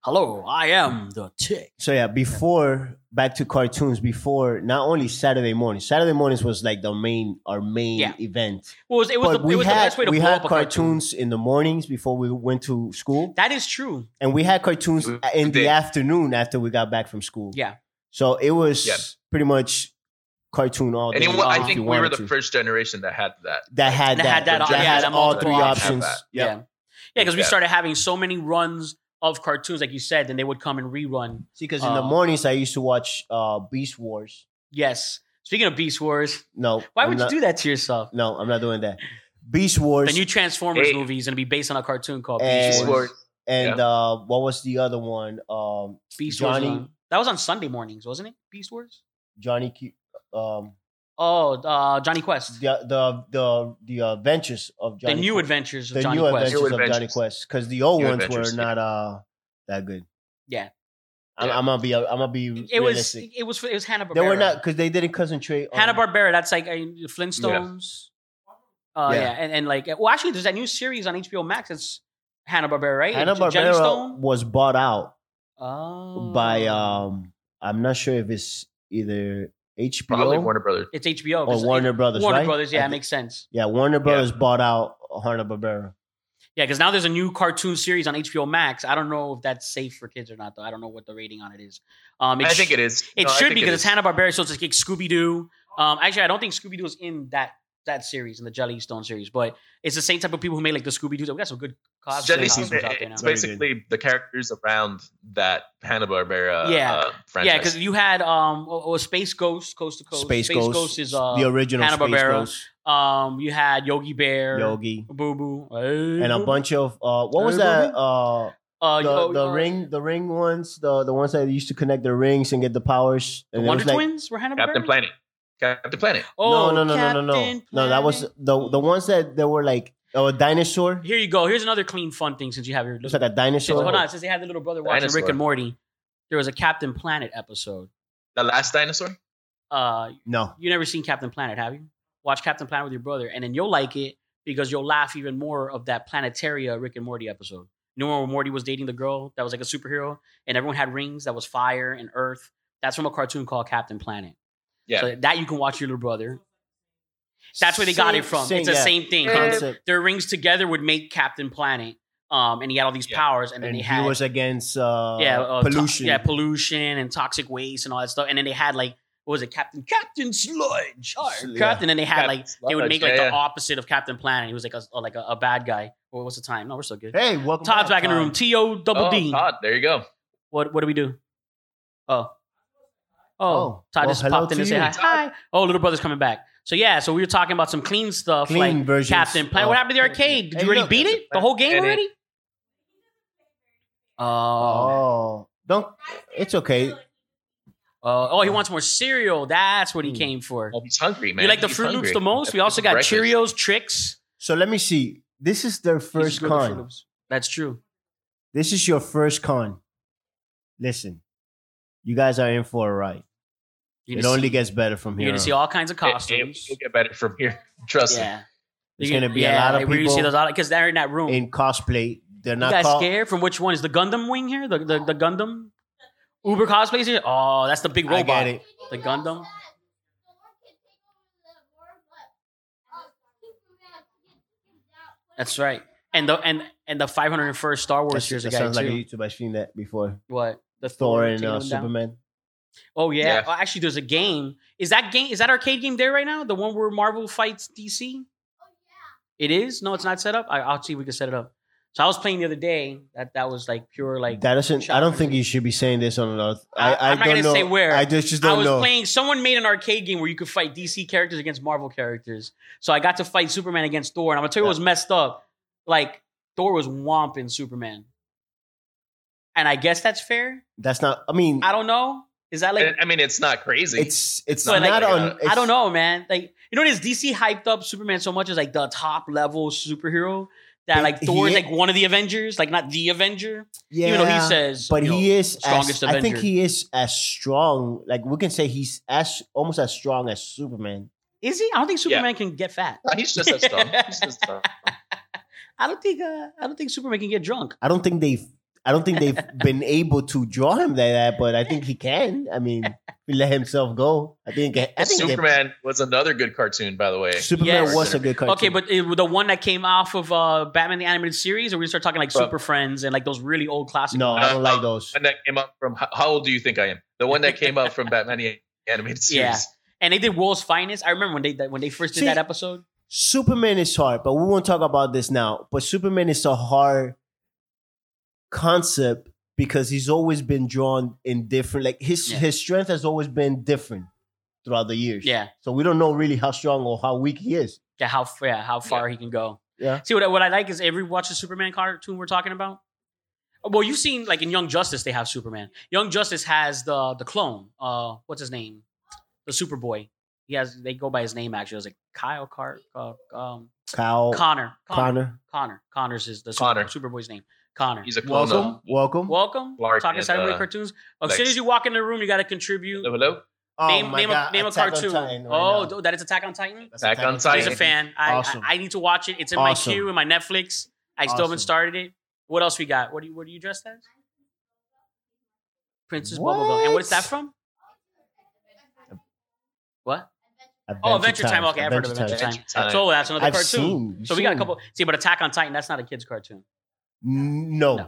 Speaker 3: "Hello, I am the tick."
Speaker 4: So yeah, before back to cartoons. Before not only Saturday morning. Saturday mornings was like the main our main
Speaker 3: Yeah.
Speaker 4: event.
Speaker 3: Well, it was, it was,
Speaker 4: but
Speaker 3: the,
Speaker 4: we
Speaker 3: it was
Speaker 4: had
Speaker 3: the best way to
Speaker 4: we
Speaker 3: blow
Speaker 4: had
Speaker 3: up a cartoon.
Speaker 4: cartoons in the mornings before we went to school,
Speaker 3: That is true.
Speaker 4: and we had cartoons
Speaker 5: We
Speaker 4: in the
Speaker 5: did.
Speaker 4: afternoon after we got back from school.
Speaker 3: Mm-hmm. Yeah,
Speaker 4: So it was
Speaker 5: Yeah.
Speaker 4: pretty much cartoon all day.
Speaker 5: And it wa-
Speaker 4: if
Speaker 5: I
Speaker 4: you
Speaker 5: think we were
Speaker 4: wanted
Speaker 5: the
Speaker 4: to.
Speaker 5: first generation that had that.
Speaker 4: that had
Speaker 3: That
Speaker 4: that,
Speaker 3: had that-
Speaker 4: that,
Speaker 5: yeah,
Speaker 4: had
Speaker 5: that
Speaker 4: all
Speaker 5: multiple
Speaker 4: three
Speaker 5: options.
Speaker 4: options.
Speaker 3: yeah, yeah, because we
Speaker 5: Yeah.
Speaker 3: started having so many runs of cartoons, like you said, then they would come and rerun.
Speaker 4: See, because in the
Speaker 3: Um,
Speaker 4: mornings I used to watch uh, Beast Wars.
Speaker 3: Yes. Speaking of Beast Wars,
Speaker 4: No,
Speaker 3: why
Speaker 4: I'm
Speaker 3: would
Speaker 4: not,
Speaker 3: you do that to yourself?
Speaker 4: No, I'm not doing that. Beast Wars.
Speaker 3: The new Transformers
Speaker 5: Hey.
Speaker 3: movie is going to be based on a cartoon called
Speaker 4: and,
Speaker 3: Beast Wars.
Speaker 4: and uh, what was the other one? Um,
Speaker 3: Beast
Speaker 4: Johnny-
Speaker 3: Wars. was on- That was on Sunday mornings, wasn't it? Beast Wars.
Speaker 4: Johnny. Q- Um,
Speaker 3: Oh, uh, Johnny Quest.
Speaker 4: the the the the adventures of Johnny.
Speaker 3: the new
Speaker 4: Quest.
Speaker 3: adventures of
Speaker 4: The
Speaker 3: Johnny
Speaker 4: new
Speaker 3: Quest.
Speaker 4: adventures
Speaker 5: New
Speaker 4: of Johnny
Speaker 5: Adventures.
Speaker 4: Quest. Because the old
Speaker 5: New
Speaker 4: ones
Speaker 5: Adventures,
Speaker 4: were
Speaker 5: yeah.
Speaker 4: not uh that good.
Speaker 3: Yeah.
Speaker 4: I'm,
Speaker 5: Yeah.
Speaker 4: I'm gonna be. uh, I'm gonna be.
Speaker 3: It was
Speaker 4: realistic.
Speaker 3: it was it was Hanna Barbera.
Speaker 4: They were not because they didn't concentrate.
Speaker 5: Oh.
Speaker 4: on-
Speaker 3: Hanna Barbera. That's like uh, Flintstones. Uh, yeah.
Speaker 4: Yeah.
Speaker 3: and, and like well, actually, there's that new series on HBO Max. It's Hanna Barbera, right?
Speaker 4: Hanna Barbera
Speaker 3: Jellystone.
Speaker 4: was bought out
Speaker 3: Oh.
Speaker 4: by um. I'm not sure if it's either HBO
Speaker 5: Probably Warner Brothers.
Speaker 3: It's HBO.
Speaker 4: or
Speaker 3: Oh, It's-
Speaker 4: Warner
Speaker 3: it-
Speaker 4: Brothers.
Speaker 3: Warner
Speaker 4: right?
Speaker 3: Brothers.
Speaker 4: I
Speaker 3: Yeah, it
Speaker 4: thi-
Speaker 3: makes sense.
Speaker 4: yeah. Warner Brothers bought out Hanna Barbera.
Speaker 3: Yeah, because now there's a new cartoon series on HBO Max. I don't know if that's safe for kids or not, though. I don't know what the rating on it is. Um,
Speaker 5: I think it is.
Speaker 3: It
Speaker 5: No, I
Speaker 3: should
Speaker 5: think
Speaker 3: be
Speaker 5: it
Speaker 3: because it's
Speaker 5: is.
Speaker 3: Hanna Barbera, so it's like Scooby Doo. Um, actually, I don't think Scooby Doo is in that that series in the Jelly Stone series, but it's the same type of people who made like the Scooby Doo. We got some good cos-
Speaker 5: Jelly
Speaker 3: costumes
Speaker 5: Stone, eh,
Speaker 3: out there now.
Speaker 5: it's
Speaker 4: Very
Speaker 5: basically the characters around that Hanna
Speaker 3: Yeah.
Speaker 5: Barbera uh,
Speaker 3: Yeah,
Speaker 5: franchise.
Speaker 3: because you had um oh, oh, Space Ghost, Coast to Coast.
Speaker 4: Space, Ghost,
Speaker 3: is uh,
Speaker 4: the original Space
Speaker 3: Hanna-Barbera,
Speaker 4: Ghost,
Speaker 3: um you had Yogi Bear,
Speaker 4: Yogi,
Speaker 3: Boo Boo,
Speaker 4: and
Speaker 3: Mm-hmm.
Speaker 4: a bunch of uh, what was
Speaker 3: Hey,
Speaker 4: that?
Speaker 3: Bobby.
Speaker 4: Uh,
Speaker 3: uh,
Speaker 4: the
Speaker 3: oh,
Speaker 4: the
Speaker 3: uh,
Speaker 4: ring, the ring ones, the the ones that used to connect the rings and get the powers.
Speaker 3: The
Speaker 4: And it
Speaker 3: Wonder
Speaker 4: was like-
Speaker 3: Twins were Hanna
Speaker 5: Captain
Speaker 3: Barbera.
Speaker 5: Planet. Captain Planet.
Speaker 3: Oh,
Speaker 4: no, no, no, no, no, no,
Speaker 3: Captain
Speaker 4: no. That was
Speaker 3: Planet.
Speaker 4: the the ones that they were like oh, a dinosaur.
Speaker 3: Here you go. Here's another clean fun thing since you have your
Speaker 4: It's like a
Speaker 3: since,
Speaker 4: dinosaur.
Speaker 3: hold on, since they had the little brother watching Rick
Speaker 5: Dinosaur.
Speaker 3: and Morty, there was a Captain Planet episode.
Speaker 5: The last dinosaur?
Speaker 3: Uh
Speaker 4: No,
Speaker 3: you never seen Captain Planet, have you? Watch Captain Planet with your brother, and then you'll like it because you'll laugh even more of that Planetaria Rick and Morty episode. You know where Morty was dating the girl that was like a superhero, and everyone had rings that was fire and earth. That's from a cartoon called Captain Planet.
Speaker 5: Yeah.
Speaker 3: So that you can watch your little brother. That's where they got
Speaker 4: Same-
Speaker 3: it from.
Speaker 4: same-
Speaker 3: it's the
Speaker 4: yeah,
Speaker 3: same thing.
Speaker 4: concept.
Speaker 3: Their rings together would make Captain Planet. Um, and he had all these
Speaker 5: Yeah.
Speaker 3: powers, and then
Speaker 4: And
Speaker 3: they
Speaker 4: he
Speaker 3: had
Speaker 4: was against uh,
Speaker 3: yeah, uh, to-
Speaker 4: pollution.
Speaker 3: yeah, pollution and toxic waste and all that stuff. And then they had like, what was it, Captain Captain Sludge, Arr,
Speaker 4: Sl- yeah.
Speaker 3: Captain? And they had like
Speaker 5: Captain
Speaker 3: they would
Speaker 5: Sludge,
Speaker 3: make like
Speaker 5: yeah,
Speaker 3: the
Speaker 5: yeah.
Speaker 3: opposite of Captain Planet. He was like a like a, a bad guy. Well, what's the time? No, we're still good.
Speaker 4: Hey, welcome.
Speaker 3: Todd's back in the room.
Speaker 4: Todd.
Speaker 3: T O double
Speaker 5: oh,
Speaker 3: D.
Speaker 5: Todd, there you go.
Speaker 3: What what do we do? Oh. Oh,
Speaker 4: Oh,
Speaker 3: Todd
Speaker 4: well,
Speaker 3: just
Speaker 4: hello
Speaker 3: popped in
Speaker 4: to
Speaker 3: and say
Speaker 4: you.
Speaker 3: hi. Hi. Oh, little brother's coming back. So yeah, so we were talking about some clean stuff
Speaker 4: Clean
Speaker 3: like
Speaker 4: versions
Speaker 3: Captain Planet.
Speaker 4: of-
Speaker 3: what happened to the arcade? Did
Speaker 4: Hey,
Speaker 3: you already
Speaker 4: look,
Speaker 3: beat
Speaker 5: Captain
Speaker 3: it? The whole game
Speaker 5: Planet.
Speaker 3: already? Oh.
Speaker 4: Oh, don't. It's okay.
Speaker 3: Uh, oh, he wants more cereal. That's what he
Speaker 4: Mm.
Speaker 3: came for.
Speaker 5: Oh, he's hungry, man.
Speaker 3: you like the
Speaker 5: He's
Speaker 3: Fruit
Speaker 5: hungry.
Speaker 3: Loops the most? We
Speaker 5: That's
Speaker 3: also
Speaker 5: for
Speaker 3: got
Speaker 5: breakfast.
Speaker 3: Cheerios, Tricks.
Speaker 4: So let me see. This is their first
Speaker 3: Let's go with Froot
Speaker 4: con.
Speaker 3: Loops. That's true.
Speaker 4: This is your first con. Listen, you guys are in for a ride.
Speaker 3: You're
Speaker 4: it
Speaker 3: gonna,
Speaker 4: only
Speaker 3: see,
Speaker 4: gets better from
Speaker 3: you're
Speaker 4: here.
Speaker 3: gonna see all kinds of
Speaker 5: It- it
Speaker 3: costumes.
Speaker 5: will get better from here. Trust me.
Speaker 3: yeah,
Speaker 4: There's
Speaker 3: You're
Speaker 4: gonna be a lot of
Speaker 3: like, where you see
Speaker 4: people
Speaker 3: those because they're in that
Speaker 4: on.
Speaker 3: room.
Speaker 4: in cosplay. They're
Speaker 3: you
Speaker 4: not
Speaker 3: guys
Speaker 4: called.
Speaker 3: scared from which one is the Gundam wing here? The the, the Gundam Uber cosplays here. Oh, that's the big
Speaker 4: I
Speaker 3: robot.
Speaker 4: get it.
Speaker 3: The Gundam. That's right. And the and and the 501st Star Wars
Speaker 4: That's-
Speaker 3: series
Speaker 4: that
Speaker 3: guy too.
Speaker 4: sounds like a YouTube. I've seen that before.
Speaker 3: what the
Speaker 4: Thor and
Speaker 3: taking
Speaker 4: uh,
Speaker 3: them down?
Speaker 4: Superman.
Speaker 3: Oh yeah.
Speaker 5: Yeah.
Speaker 3: Oh, actually, there's a game. Is that game? Is that arcade game there right now? The one where Marvel fights DC. It is. No, it's not set up. I, I'll see if we can set it up. So I was playing the other day. That that was like pure like.
Speaker 4: That doesn't. I don't think you should be saying this on another. I,
Speaker 3: I-
Speaker 4: I
Speaker 3: I'm not
Speaker 4: don't
Speaker 3: gonna
Speaker 4: know.
Speaker 3: say where.
Speaker 4: I just just
Speaker 3: I
Speaker 4: don't
Speaker 3: was
Speaker 4: know.
Speaker 3: playing. Someone made an arcade game where you could fight DC characters against Marvel characters. So I got to fight Superman against Thor, and I'm gonna tell you what was messed up. Like Thor was whomping Superman, and I guess that's fair.
Speaker 4: That's not. I mean,
Speaker 3: I don't know. Is that like
Speaker 5: I mean, it's not crazy.
Speaker 4: it's it's
Speaker 3: But, like,
Speaker 4: not on.
Speaker 5: uh,
Speaker 4: it's-
Speaker 3: I don't know, man. Like, you know, what it is DC hyped up Superman so much as like the top level superhero that
Speaker 4: He-
Speaker 3: like Thor is
Speaker 4: he-
Speaker 3: like one of the Avengers, like not the Avenger,
Speaker 4: Yeah,
Speaker 3: even though he says,
Speaker 4: but
Speaker 3: you know,
Speaker 4: he is
Speaker 3: strongest
Speaker 4: as, I think
Speaker 3: Avenger.
Speaker 4: he is as strong. Like we can say he's as almost as strong as Superman.
Speaker 3: is he? I don't think Superman can get fat.
Speaker 5: Nah, he's just as dumb. He's just dumb.
Speaker 3: I don't think uh, I don't think Superman can get drunk.
Speaker 4: I don't think they've. I don't think they've been able to draw him like that, but I think he can. I mean, if he let himself go. I think. I think they-
Speaker 5: Superman was another good cartoon, by the way.
Speaker 4: Superman
Speaker 3: Yes.
Speaker 4: was a good cartoon.
Speaker 3: Okay, but it, the one that came off of uh, Batman the animated series, or we start talking like
Speaker 5: Well-
Speaker 3: Super Friends and like those really old classic.
Speaker 4: no, I don't like those.
Speaker 5: one that came up from how, how old do you think I am? The one that came up from Batman the animated series.
Speaker 3: Yeah. And they did World's Finest. I remember when they when they first did
Speaker 4: See-
Speaker 3: that episode.
Speaker 4: Superman is hard, but we won't talk about this now. But Superman is a hard concept because he's always been drawn in different like his
Speaker 3: Yeah.
Speaker 4: his strength has always been different throughout the years.
Speaker 3: Yeah.
Speaker 4: So we don't know really how strong or how weak he is.
Speaker 3: Yeah, how f- yeah, how far he can go.
Speaker 4: Yeah.
Speaker 3: See what I, what I like is every watch the Superman cartoon we're talking about. Well, you've seen like in Young Justice they have Superman. Young Justice has the the clone. Uh, what's his name? The Superboy. He has they go by his name actually. It was like Kyle Car uh, um
Speaker 4: Kyle Oh, Connor.
Speaker 3: Connor Connor Connor Connors is the Super,
Speaker 5: Connor.
Speaker 3: Superboy's name. Connor.
Speaker 5: He's a clone
Speaker 4: Welcome.
Speaker 5: of.
Speaker 4: Welcome.
Speaker 3: Welcome.
Speaker 5: Clark
Speaker 3: Talking
Speaker 5: and,
Speaker 3: Saturday
Speaker 5: uh,
Speaker 3: cartoons. As
Speaker 5: Lex.
Speaker 3: soon as you walk in the room, you got to contribute.
Speaker 5: Hello, hello.
Speaker 4: Oh
Speaker 3: name
Speaker 4: my
Speaker 3: name
Speaker 4: God,
Speaker 3: a name a
Speaker 4: Attack on
Speaker 3: cartoon.
Speaker 4: Titan right
Speaker 3: oh,
Speaker 4: now.
Speaker 3: th- that is Attack on Titan.
Speaker 5: Attack on
Speaker 3: He's a
Speaker 5: Titan.
Speaker 3: fan. I,
Speaker 4: Awesome.
Speaker 3: I I need to watch it. It's in
Speaker 4: Awesome.
Speaker 3: my queue in my Netflix. I still haven't
Speaker 4: Awesome.
Speaker 3: started it. What else we got? What do you what do you dress as? Princess
Speaker 4: What?
Speaker 3: Bubblegum. And what's that from? What? Oh, Adventure Time. Okay, I've heard of Adventure Time.
Speaker 5: Time.
Speaker 3: So that's another
Speaker 4: I've
Speaker 3: cartoon.
Speaker 4: seen-
Speaker 3: So we got a
Speaker 4: seen.
Speaker 3: couple. See, but Attack on Titan, that's not a kids' cartoon.
Speaker 4: No.
Speaker 3: No.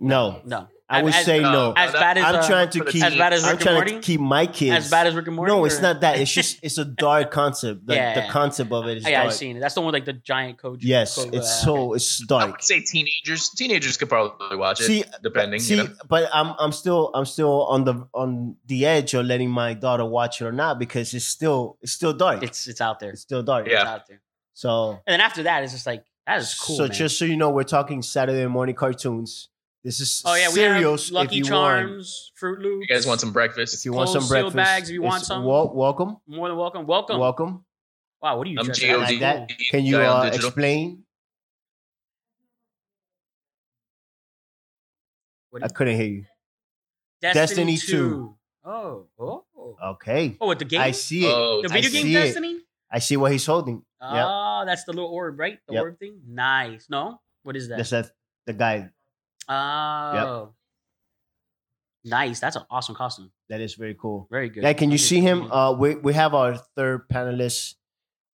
Speaker 4: no.
Speaker 3: No,
Speaker 4: I would
Speaker 3: As-
Speaker 4: say
Speaker 5: uh,
Speaker 4: no.
Speaker 3: as
Speaker 5: that-
Speaker 3: bad as
Speaker 4: I'm
Speaker 3: uh,
Speaker 4: trying to
Speaker 5: As
Speaker 4: keep
Speaker 3: bad as
Speaker 4: I'm
Speaker 3: Rick and
Speaker 4: trying
Speaker 3: Morty?
Speaker 4: to keep my kids.
Speaker 3: as bad as Rick and Morty.
Speaker 4: No, it's
Speaker 3: or-
Speaker 4: not that. It's just it's a dark concept. The,
Speaker 3: Yeah, yeah,
Speaker 4: the
Speaker 3: yeah. Oh,
Speaker 4: concept of it is
Speaker 3: Yeah,
Speaker 4: dark.
Speaker 3: I've seen it. That's the one with like the giant Koji.
Speaker 4: Yes,
Speaker 3: Ko-
Speaker 4: it's
Speaker 3: uh,
Speaker 4: so it's
Speaker 5: I
Speaker 4: dark.
Speaker 5: would say teenagers. Teenagers could probably watch it,
Speaker 4: See,
Speaker 5: depending.
Speaker 4: See,
Speaker 5: you know?
Speaker 4: but I'm I'm still I'm still on the on the edge of letting my daughter watch it or not because it's still it's still dark. It's,
Speaker 3: It's it's out there.
Speaker 4: still dark.
Speaker 5: Yeah.
Speaker 3: It's out there.
Speaker 4: So
Speaker 3: And then after that, it's just like that is cool.
Speaker 4: So
Speaker 3: man.
Speaker 4: just so you know, we're talking Saturday morning cartoons. This is
Speaker 3: oh yeah, we
Speaker 4: cereals.
Speaker 3: have Lucky
Speaker 4: if you Want.
Speaker 3: Charms, Fruit Loops.
Speaker 5: You guys want some breakfast?
Speaker 4: If you want
Speaker 3: Cold
Speaker 4: some
Speaker 3: seal
Speaker 4: breakfast,
Speaker 3: bags if you want
Speaker 4: it's-
Speaker 3: some.
Speaker 4: wel- welcome,
Speaker 3: More than welcome. Welcome.
Speaker 4: welcome.
Speaker 3: Wow, what are you?
Speaker 5: I'm
Speaker 3: dressed
Speaker 5: GOD.
Speaker 3: like?
Speaker 4: Like that.
Speaker 5: Digital.
Speaker 4: Can you
Speaker 5: Guy on
Speaker 4: uh,
Speaker 5: digital.
Speaker 4: explain?
Speaker 3: What
Speaker 4: I
Speaker 3: do
Speaker 4: couldn't hear you.
Speaker 3: you-
Speaker 4: Destiny 2.
Speaker 3: Oh, oh,
Speaker 4: Okay,
Speaker 3: oh, with the game.
Speaker 4: I see it.
Speaker 5: Oh,
Speaker 3: the
Speaker 4: I
Speaker 3: video game
Speaker 4: see it.
Speaker 3: Destiny.
Speaker 4: I see what he's holding. Yeah,
Speaker 3: Oh, that's the little orb, right? The
Speaker 4: Yep.
Speaker 3: orb thing. Nice. No, what is that?
Speaker 4: that's that. The guy
Speaker 3: Oh, nice. That's an awesome costume.
Speaker 4: that is very cool.
Speaker 3: Very good.
Speaker 4: Yeah, can you
Speaker 3: Very
Speaker 4: see
Speaker 3: good.
Speaker 4: him? Uh, we we have our third panelist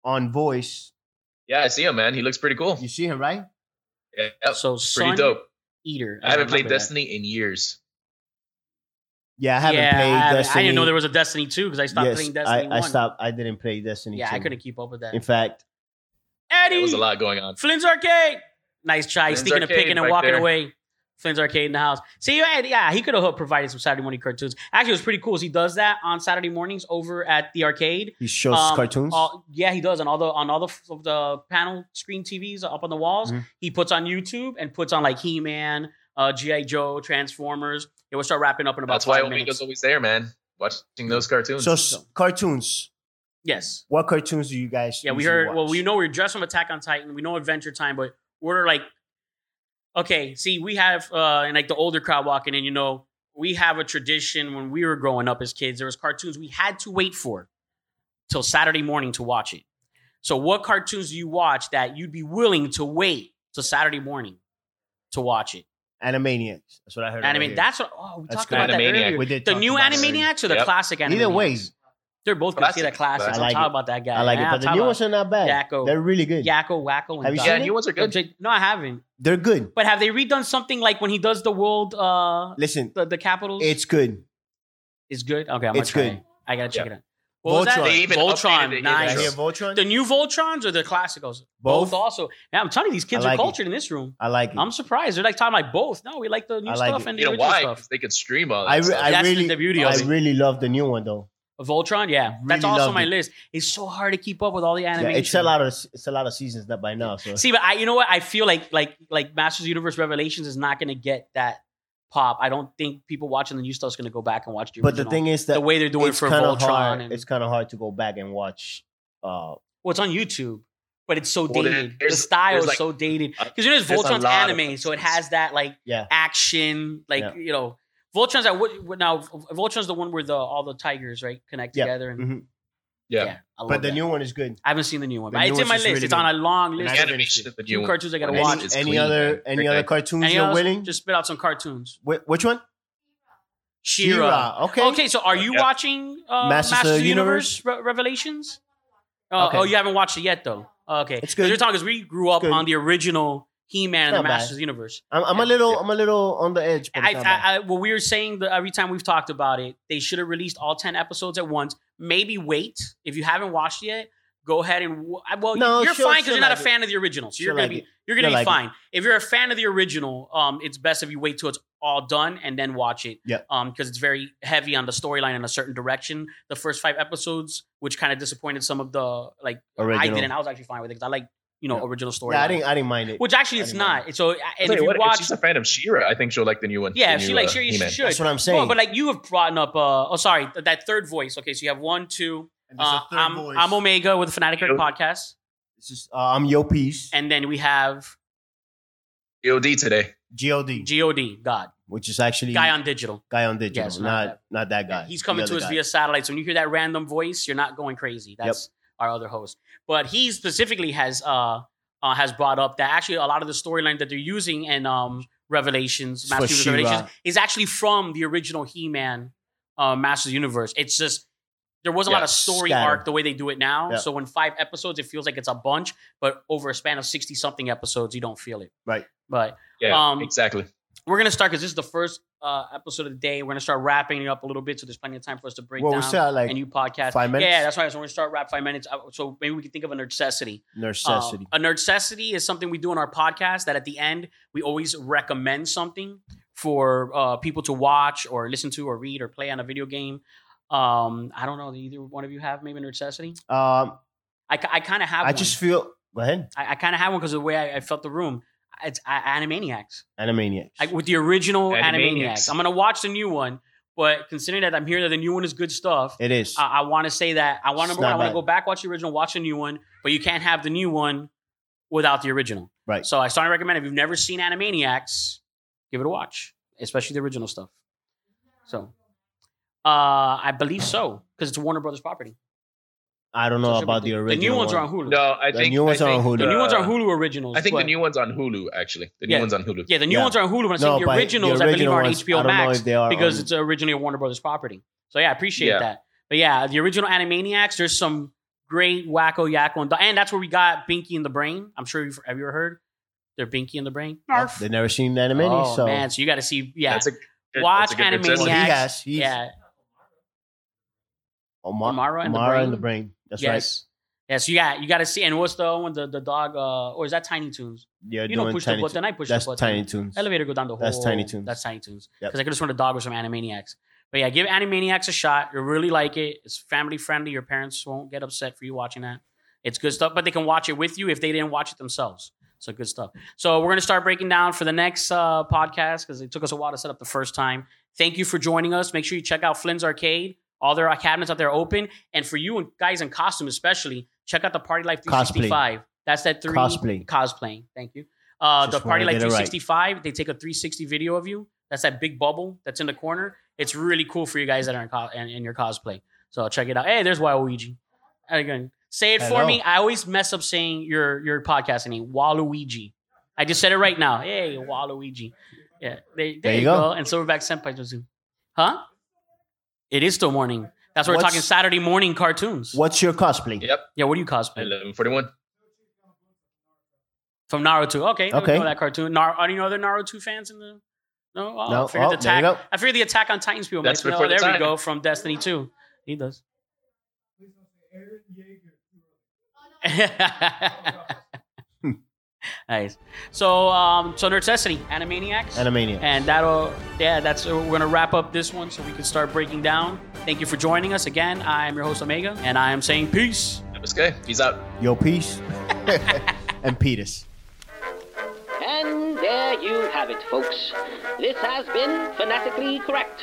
Speaker 4: on voice.
Speaker 5: yeah, I see him, man. He looks pretty cool.
Speaker 4: You see him, right?
Speaker 5: Yeah, pretty
Speaker 3: so Sun
Speaker 5: dope.
Speaker 3: Eater. Uh,
Speaker 5: I haven't played
Speaker 3: remember that.
Speaker 5: Destiny in years.
Speaker 4: Yeah, I haven't
Speaker 3: yeah,
Speaker 4: played
Speaker 3: I, haven't-
Speaker 4: Destiny.
Speaker 3: I didn't know there was a Destiny 2 because I stopped
Speaker 4: yes,
Speaker 3: playing Destiny
Speaker 4: I, I
Speaker 3: 1.
Speaker 4: stopped. I didn't play Destiny.
Speaker 3: Yeah, I
Speaker 4: 2.
Speaker 3: couldn't keep up with that.
Speaker 4: In fact,
Speaker 3: Eddie!
Speaker 5: There was a lot going on.
Speaker 3: Flynn's Arcade! Nice try.
Speaker 5: Flynn's
Speaker 3: Sneaking a
Speaker 5: Arcade
Speaker 3: picking and
Speaker 5: right
Speaker 3: walking
Speaker 5: there.
Speaker 3: away. Flynn's Arcade in the house. See, yeah, yeah, he could have helped provided some Saturday morning cartoons. Actually, it was pretty cool. 'cause He does that on Saturday mornings over at the arcade.
Speaker 4: he shows
Speaker 3: Um,
Speaker 4: cartoons.
Speaker 3: all- yeah, he does on all the on all the, f- of the panel screen TVs up on the walls.
Speaker 4: Mhm.
Speaker 3: He puts on YouTube and puts on like He Man, uh, GI Joe, Transformers. It will start wrapping up in about
Speaker 5: That's why
Speaker 3: five
Speaker 5: Omega's
Speaker 3: minutes.
Speaker 5: always there, man. Watching those cartoons.
Speaker 4: So s- cartoons.
Speaker 3: Yes,
Speaker 4: What cartoons do you guys?
Speaker 3: yeah, we
Speaker 4: usually
Speaker 3: heard. Well,
Speaker 4: watch?
Speaker 3: we know we're just from Attack on Titan. We know Adventure Time, but we're like, okay, see, we have uh, and like the older crowd walking in. You know, we have a tradition when we were growing up as kids. There was cartoons we had to wait for till Saturday morning to watch it. So, what cartoons do you watch that you'd be willing to wait till Saturday morning to watch it?
Speaker 4: Animaniacs. That's what I heard.
Speaker 3: And I
Speaker 4: over
Speaker 3: mean,
Speaker 4: here.
Speaker 3: that's what. Oh, we
Speaker 4: That's
Speaker 3: talked
Speaker 4: good.
Speaker 3: about that
Speaker 5: Animaniac.
Speaker 3: earlier.
Speaker 4: we did
Speaker 3: The
Speaker 4: talk
Speaker 3: new
Speaker 4: about it.
Speaker 3: Animaniacs or the
Speaker 5: Yep.
Speaker 3: classic Animaniacs?
Speaker 4: Either ways,
Speaker 3: they're both considered
Speaker 5: Classic.
Speaker 3: classics.
Speaker 4: I
Speaker 3: I'm
Speaker 4: like
Speaker 3: talking
Speaker 4: it.
Speaker 3: about that guy.
Speaker 4: I like
Speaker 3: Man,
Speaker 4: it,
Speaker 3: I'm
Speaker 4: but the
Speaker 3: talking
Speaker 4: new
Speaker 3: about
Speaker 4: ones are not bad.
Speaker 3: Yakko.
Speaker 4: They're really good.
Speaker 3: Yakko, Wacko, and
Speaker 4: Have you
Speaker 3: Doc.
Speaker 5: yeah,
Speaker 4: seen
Speaker 5: new ones are good.
Speaker 3: Object- No, I haven't.
Speaker 4: They're good.
Speaker 3: But have they redone something like when he does the world, uh,
Speaker 4: Listen,
Speaker 3: the, the capitals?
Speaker 4: it's good.
Speaker 3: it's good. Okay, I'm gonna
Speaker 4: it's
Speaker 3: try
Speaker 4: good.
Speaker 3: it. I gotta check
Speaker 5: Yeah.
Speaker 3: it out. What was that?
Speaker 4: Voltron. They
Speaker 5: even updated it
Speaker 3: Voltron,
Speaker 5: in
Speaker 4: I
Speaker 5: Sure.
Speaker 4: hear
Speaker 3: nice.
Speaker 4: Voltron.
Speaker 3: The new Voltrons or the classicals?
Speaker 4: Both.
Speaker 3: also. Yeah, I'm telling you, these kids
Speaker 4: I
Speaker 3: are
Speaker 4: like it.
Speaker 3: cultured in this room.
Speaker 4: I like it.
Speaker 3: I'm surprised. They're like talking like both. No, we like the new
Speaker 4: I like
Speaker 3: stuff
Speaker 4: it.
Speaker 3: and the
Speaker 5: You know
Speaker 3: original
Speaker 5: why?
Speaker 3: stuff.
Speaker 5: 'Cause they could stream all that
Speaker 4: I, re-
Speaker 5: stuff.
Speaker 4: I
Speaker 3: That's the-
Speaker 4: really,
Speaker 3: the beauty of
Speaker 4: I
Speaker 3: it.
Speaker 4: really love the new one though.
Speaker 3: Voltron, yeah, that's
Speaker 4: Really
Speaker 3: also
Speaker 4: loved
Speaker 3: my
Speaker 4: it.
Speaker 3: list. It's so hard to keep up with all the
Speaker 4: Yeah,
Speaker 3: animation.
Speaker 4: it's a lot of it's a lot of seasons that by now. So
Speaker 3: See, but I, you know what? I feel like like like Masters Universe Revelations is not gonna get that pop. I don't think people watching the new stuff is gonna go back and watch the
Speaker 4: but the
Speaker 3: original.
Speaker 4: thing is that
Speaker 3: the way they're doing it
Speaker 4: it's
Speaker 3: for
Speaker 4: kind
Speaker 3: Voltron.
Speaker 4: of hard.
Speaker 3: and,
Speaker 4: It's kind of hard to go back and watch. Uh,
Speaker 3: well, it's on YouTube, but it's so
Speaker 5: Well, there-
Speaker 3: dated. The
Speaker 5: there's-
Speaker 3: style
Speaker 5: there's
Speaker 3: is
Speaker 5: like-
Speaker 3: so dated because you know
Speaker 5: There's a
Speaker 3: Voltron's
Speaker 5: lot of
Speaker 3: anime, so it
Speaker 5: cartoons.
Speaker 3: has that like
Speaker 4: Yeah.
Speaker 3: action, like
Speaker 4: Yeah.
Speaker 3: you know, Voltron's at what what- now? Voltron's the one where the all the tigers right connect
Speaker 4: Yeah.
Speaker 3: together, and
Speaker 4: Mhm.
Speaker 5: yeah.
Speaker 3: I love
Speaker 4: but the
Speaker 3: that.
Speaker 4: new one is good.
Speaker 3: I haven't seen the new one,
Speaker 4: the
Speaker 3: but
Speaker 4: new
Speaker 3: it's in
Speaker 4: one's
Speaker 3: my
Speaker 4: just
Speaker 3: list.
Speaker 4: really
Speaker 3: it's on a long
Speaker 5: The
Speaker 3: list.
Speaker 4: Nice.
Speaker 3: of
Speaker 5: animation of the new
Speaker 3: Two
Speaker 5: one.
Speaker 3: cartoons I gotta
Speaker 5: Any-
Speaker 3: watch.
Speaker 4: Any,
Speaker 5: is
Speaker 4: any
Speaker 5: clean,
Speaker 4: other
Speaker 5: man.
Speaker 4: any
Speaker 5: Very
Speaker 4: other
Speaker 5: nice.
Speaker 4: cartoons
Speaker 3: Any
Speaker 4: you're
Speaker 3: else?
Speaker 4: willing?
Speaker 3: Just spit out some cartoons.
Speaker 4: Wh- which one?
Speaker 3: Shira.
Speaker 4: She-Ra, Okay.
Speaker 3: Okay, so are you
Speaker 5: Yeah.
Speaker 3: watching uh, Masters,
Speaker 4: Masters of
Speaker 3: of
Speaker 4: the
Speaker 3: the Universe, Re- Revelations? Uh,
Speaker 4: Okay.
Speaker 3: Oh, you haven't watched it yet, though. Uh, Okay,
Speaker 4: It's good.
Speaker 3: 'Cause You're talking because we grew up
Speaker 4: It's good.
Speaker 3: on the original He-Man and
Speaker 4: Not
Speaker 3: the
Speaker 4: bad.
Speaker 3: Masters of the Universe.
Speaker 4: I'm, I'm a little I'm a little on the edge. But
Speaker 3: I,
Speaker 4: it's not bad.
Speaker 3: I, I, well, we were saying that every time we've talked about it, they should have released all ten episodes at once. Maybe wait if you haven't watched it yet. Go ahead and w- I- well,
Speaker 4: No,
Speaker 3: you're
Speaker 4: she'll-
Speaker 3: fine because
Speaker 4: she'll
Speaker 3: you're not
Speaker 4: like
Speaker 3: a
Speaker 4: it.
Speaker 3: fan of the original, so you're
Speaker 4: She'll
Speaker 3: gonna be
Speaker 4: like it.
Speaker 3: you're gonna
Speaker 4: She'll
Speaker 3: be
Speaker 4: like it.
Speaker 3: fine. If you're a fan of the original, um, it's best if you wait till it's all done and then watch it.
Speaker 4: Yep.
Speaker 3: Um, because it's very heavy on the storyline in a certain direction. The first five episodes, which kind of disappointed some of the like I
Speaker 4: Original.
Speaker 3: didn't. I was actually fine with it because I like you know
Speaker 4: Yeah.
Speaker 3: original story.
Speaker 4: yeah, I didn't I didn't mind it.
Speaker 3: Which actually, it's
Speaker 4: I didn't mind
Speaker 3: not. So, I- and
Speaker 5: Tell
Speaker 3: if
Speaker 5: you
Speaker 3: you
Speaker 5: what,
Speaker 3: watch,
Speaker 5: she's a fan of Shira. I think she'll like the new one.
Speaker 3: yeah,
Speaker 5: the
Speaker 3: if she
Speaker 5: new,
Speaker 3: likes
Speaker 5: uh,
Speaker 3: Shira, she
Speaker 5: He-Man.
Speaker 3: should.
Speaker 4: That's what I'm saying.
Speaker 3: Well, but like you have brought up, uh, oh, sorry, th- that third voice. Okay, so you have one, two.
Speaker 4: And there's a
Speaker 3: Uh,
Speaker 4: third
Speaker 3: I'm,
Speaker 4: voice.
Speaker 3: I'm Omega with the Fanatic Nerd
Speaker 5: Yo.
Speaker 3: Podcast.
Speaker 4: This is, uh, I'm Yo Peace.
Speaker 3: And then we have
Speaker 5: EOD today.
Speaker 4: God,
Speaker 3: GOD, God,
Speaker 4: which is actually
Speaker 3: Guy on Digital.
Speaker 4: Guy on digital,
Speaker 3: Yes,
Speaker 4: not
Speaker 3: not
Speaker 4: not that, guy.
Speaker 3: He's
Speaker 4: the
Speaker 3: coming
Speaker 4: other
Speaker 3: to us
Speaker 4: guy.
Speaker 3: via satellite. So when you hear that random voice, you're not going crazy. That's our other host. But he specifically has uh, uh has brought up that actually a lot of the storyline that they're using in um Revelations,
Speaker 4: It's for
Speaker 3: Masters of the
Speaker 4: She-Ra.
Speaker 3: Revelations, is actually from the original He Man uh Masters of the Universe. It's just there was a lot of story
Speaker 4: Scattered.
Speaker 3: arc the way they do it now.
Speaker 4: Yeah.
Speaker 3: So in five episodes, it feels like it's a bunch, but over a span of sixty something episodes, you don't feel it.
Speaker 4: Right.
Speaker 3: But
Speaker 5: Yeah,
Speaker 3: Um,
Speaker 5: exactly.
Speaker 3: we're gonna start because this is the first uh, episode of the day. We're gonna start wrapping it up a little bit, so there's plenty of time for us to break
Speaker 4: Well, we
Speaker 3: down
Speaker 4: still have like
Speaker 3: and you podcast.
Speaker 4: five minutes.
Speaker 3: Yeah, that's right. So we're gonna start wrap five minutes. Uh, So maybe we can think of a necessity.
Speaker 4: necessity.
Speaker 3: Um, a necessity is something we do in our podcast that at the end we always recommend something for uh, people to watch or listen to or read or play on a video game. Um, I don't know. Do either one of you have maybe a necessity?
Speaker 4: Um,
Speaker 3: I, ki- uh, I kind of have.
Speaker 4: I
Speaker 3: one.
Speaker 4: just feel go ahead.
Speaker 3: I, I kind of have one because of the way I, I felt the room. It's I, Animaniacs
Speaker 4: Animaniacs.
Speaker 3: like with the original Animaniacs.
Speaker 5: Animaniacs.
Speaker 3: I'm gonna watch the new one, but considering that I'm hearing that the new one is good stuff,
Speaker 4: it is.
Speaker 3: I, I want to say that I want
Speaker 4: It's
Speaker 3: to I
Speaker 4: not
Speaker 3: want to
Speaker 4: bad.
Speaker 3: go back watch the original, watch the new one, but you can't have the new one without the original.
Speaker 4: Right.
Speaker 3: So I strongly recommend if you've never seen Animaniacs, give it a watch, especially the original stuff. So, uh, I believe so because it's Warner Brothers property.
Speaker 4: I don't
Speaker 3: So
Speaker 4: know
Speaker 3: should we
Speaker 4: about the
Speaker 3: do-
Speaker 4: original.
Speaker 3: The new ones
Speaker 4: one.
Speaker 3: are on Hulu.
Speaker 5: No, I
Speaker 4: The
Speaker 5: think
Speaker 4: new ones
Speaker 5: I
Speaker 4: are
Speaker 5: think
Speaker 4: on Hulu.
Speaker 3: the new ones are
Speaker 5: the-
Speaker 3: Hulu originals.
Speaker 5: I think the
Speaker 3: but-
Speaker 5: new one's on Hulu. Actually, the
Speaker 3: Yeah.
Speaker 5: new one's on Hulu.
Speaker 3: yeah, the new
Speaker 4: Yeah.
Speaker 3: ones are on Hulu. When I say
Speaker 4: No,
Speaker 3: the
Speaker 4: but
Speaker 3: originals, I believe,
Speaker 4: original
Speaker 3: are on
Speaker 4: ones,
Speaker 3: HBO
Speaker 4: I don't
Speaker 3: Max.
Speaker 4: know if they are
Speaker 3: because
Speaker 4: on-
Speaker 3: it's originally a Warner Brothers property. So yeah, I appreciate
Speaker 5: Yeah.
Speaker 3: that. But yeah, the original Animaniacs. There's some great wacko yakko, and, and that's where we got Binky and the Brain. I'm sure you've have you ever heard. They're Binky and the Brain.
Speaker 4: Nope, They never seen Animaniacs,
Speaker 3: oh
Speaker 4: so
Speaker 3: man, so you got to see. Yeah,
Speaker 5: That's a good-
Speaker 3: Watch
Speaker 5: that's a good
Speaker 3: Animaniacs.
Speaker 4: Well, he
Speaker 5: necessity.
Speaker 4: has. He's
Speaker 3: yeah,
Speaker 4: Omar,
Speaker 3: Amara and the
Speaker 4: Amara
Speaker 3: Brain?
Speaker 4: That's
Speaker 3: yes, yes. You got you got to see. And what's the one? The the dog. Uh, or is that Tiny Toons?
Speaker 4: right. You're
Speaker 3: You
Speaker 4: doing
Speaker 3: don't push
Speaker 4: Tiny
Speaker 3: the button. I push
Speaker 4: Toons. That's
Speaker 3: the button.
Speaker 4: Tiny Toons.
Speaker 3: Elevator go down the hole.
Speaker 4: That's Tiny Toons.
Speaker 3: That's Tiny Toons.
Speaker 4: Yep.
Speaker 3: Because I could have sworn the dog was from Animaniacs. But yeah, give Animaniacs a shot. You'll really like it. It's family friendly. Your parents won't get upset for you watching that. It's good stuff, but they can watch it with you if they didn't watch it themselves. So good stuff. So we're gonna start breaking down for the next uh, podcast because it took us a while to set up the first time. Thank you for joining us. Make sure you check out Flynn's Arcade. All their cabinets out there open, and for you and guys in costume especially, check out the Party Life 365. That's that three
Speaker 4: Cosplay.
Speaker 3: cosplaying. Thank you. Uh, the
Speaker 4: Just
Speaker 3: Party
Speaker 4: wanna
Speaker 3: Life
Speaker 4: get it right.
Speaker 3: 365, they take a 360 video of you. That's that big bubble that's in the corner. It's really cool for you guys that are in, co- in, in your cosplay. So check it out. Hey, there's Waluigi. And Again, say it for
Speaker 4: Hello.
Speaker 3: me. I always mess up saying your your podcast name, Waluigi. I just said it right now. Hey, Waluigi. Yeah, there, there you go. And Silverback Senpai Jozu. Huh? It is still morning. That's what we're
Speaker 4: What's-
Speaker 3: talking Saturday morning cartoons.
Speaker 4: What's your cosplay?
Speaker 5: Yep,
Speaker 3: Yeah, what do you cosplay?
Speaker 5: eleven forty-one.
Speaker 3: From Naruto. Okay. there we
Speaker 4: Okay.
Speaker 3: go, that cartoon. Nar- any other Naruto fans in the. No? Oh, I
Speaker 4: No?
Speaker 3: figured the
Speaker 4: Oh, there you
Speaker 3: attack.
Speaker 4: go.
Speaker 3: I figured the attack on Titans people.
Speaker 5: That's
Speaker 3: might be-
Speaker 5: before
Speaker 3: oh,
Speaker 5: the
Speaker 3: there we
Speaker 5: time.
Speaker 3: go from Destiny 2. He does. nice. So, um, so Nerdsessity, Animaniacs.
Speaker 4: Animaniacs.
Speaker 3: And that'll, yeah, that's uh, we're gonna wrap up this one so we can start breaking down. Thank you for joining us again. I'm your host Omega, and I am saying peace.
Speaker 5: Okay, he's out.
Speaker 4: Yo, peace. and Peters.
Speaker 6: And there you have it, folks. This has been Fanatically Correct.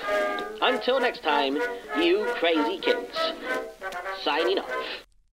Speaker 6: Until next time, you crazy kids. Signing off.